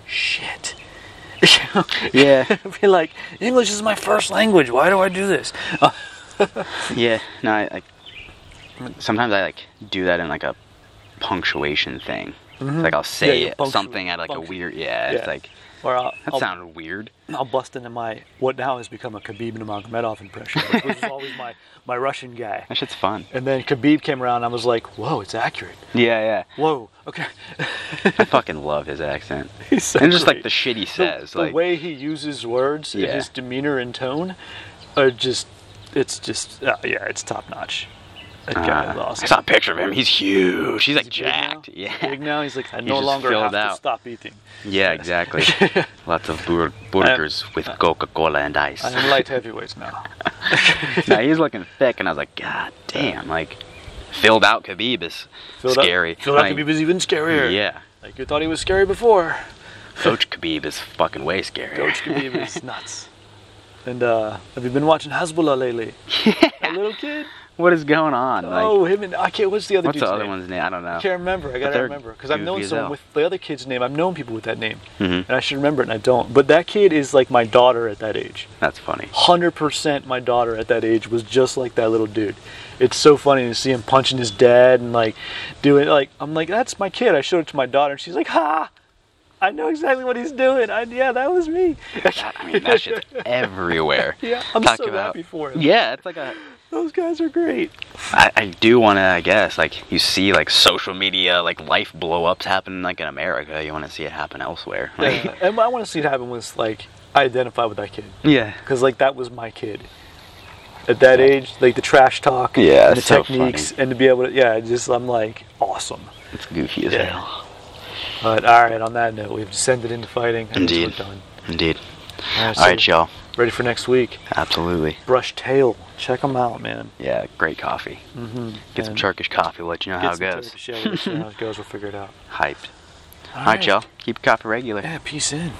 S1: shit
S2: Yeah.
S1: I'll be like english is my first language why do i do this Uh,
S2: Yeah, no, I like sometimes I like do that in like a punctuation thing. Like I'll say
S1: Mm-hmm. Yeah, yeah,
S2: it-
S1: punctua-
S2: something at like
S1: punctu-
S2: a weird. Yeah,
S1: Yeah.
S2: it's like
S1: or i'll,
S2: that
S1: I'll,
S2: sounded weird.
S1: I'll bust into my what now has become a khabib nurmagomedov impression which is always my, my russian guy
S2: That shit's fun.
S1: and then khabib came around and i was like whoa it's accurate
S2: Yeah,
S1: whoa okay
S2: yeah. I fucking love his accent.
S1: He's so
S2: and just like
S1: great.
S2: the shit he
S1: the,
S2: says,
S1: the
S2: like
S1: way he uses words and
S2: Yeah.
S1: his demeanor and tone are just it's just uh, yeah it's top notch that guy is
S2: uh,
S1: awesome
S2: I saw a picture of him. He's huge. He's like
S1: He's big now.
S2: jacked. Yeah.
S1: Big now. He's like, I
S2: He's
S1: no
S2: just
S1: longer
S2: filled
S1: have to
S2: out.
S1: stop eating.
S2: Yeah, exactly. Lots of bur- burgers with Coca-Cola and ice.
S1: I am light heavyweight now.
S2: no, he's looking thick, and I was like, God damn! Like, filled out Khabib is
S1: Filled
S2: scary.
S1: Out, filled out
S2: Like,
S1: Khabib is even scarier.
S2: Yeah.
S1: Like you thought he was scary before.
S2: Coach Khabib is fucking way scary.
S1: Coach Khabib is nuts. And uh, have you been watching Hezbollah lately? That little kid.
S2: What is going on? Like,
S1: oh, him and I can't. What's the other?
S2: what's the
S1: dude's
S2: other
S1: name?
S2: one's name? I don't know.
S1: I can't remember. I gotta
S2: they're
S1: remember because I've
S2: goofy
S1: known
S2: as
S1: someone
S2: hell.
S1: with the other kid's name. I've known people with that name,
S2: Mhm.
S1: and I should remember it, and I don't. But that kid is like my daughter at that age.
S2: That's funny.
S1: hundred percent my daughter at that age was just like that little dude. It's so funny to see him punching his dad and like doing like I'm like that's my kid. I showed it to my daughter and she's like ha, I know exactly what he's doing. I, yeah, that was me.
S2: That, I mean, that shit's everywhere.
S1: Yeah, I'm
S2: Talk
S1: so
S2: about,
S1: happy for him.
S2: Yeah, it's like a.
S1: Those guys are great.
S2: I, I do want to, I guess, like you see, like social media, like life blow ups happen, like in America. You want to see it happen elsewhere. Like,
S1: Yeah. and I want to see it happen was like I identify with that kid
S2: yeah.
S1: because like that was my kid. At that age, like the trash talk,
S2: Yeah,
S1: and the
S2: it's so
S1: techniques,
S2: funny.
S1: and to be able to, yeah, just I'm like awesome.
S2: It's goofy as
S1: Yeah.
S2: hell.
S1: But all right, on that note, we've descended into fighting. I guess we're
S2: Indeed.
S1: done.
S2: Indeed.
S1: All right,
S2: All right, y'all.
S1: Ready for next week.
S2: Absolutely.
S1: Brush Tail. Check them out, man.
S2: Yeah, great coffee.
S1: Mm-hmm.
S2: Get some Turkish coffee. We'll let you know how it goes.
S1: Show, how it goes. We'll figure it out.
S2: Hyped. All right, y'all. Keep your coffee regular.
S1: Yeah, peace in.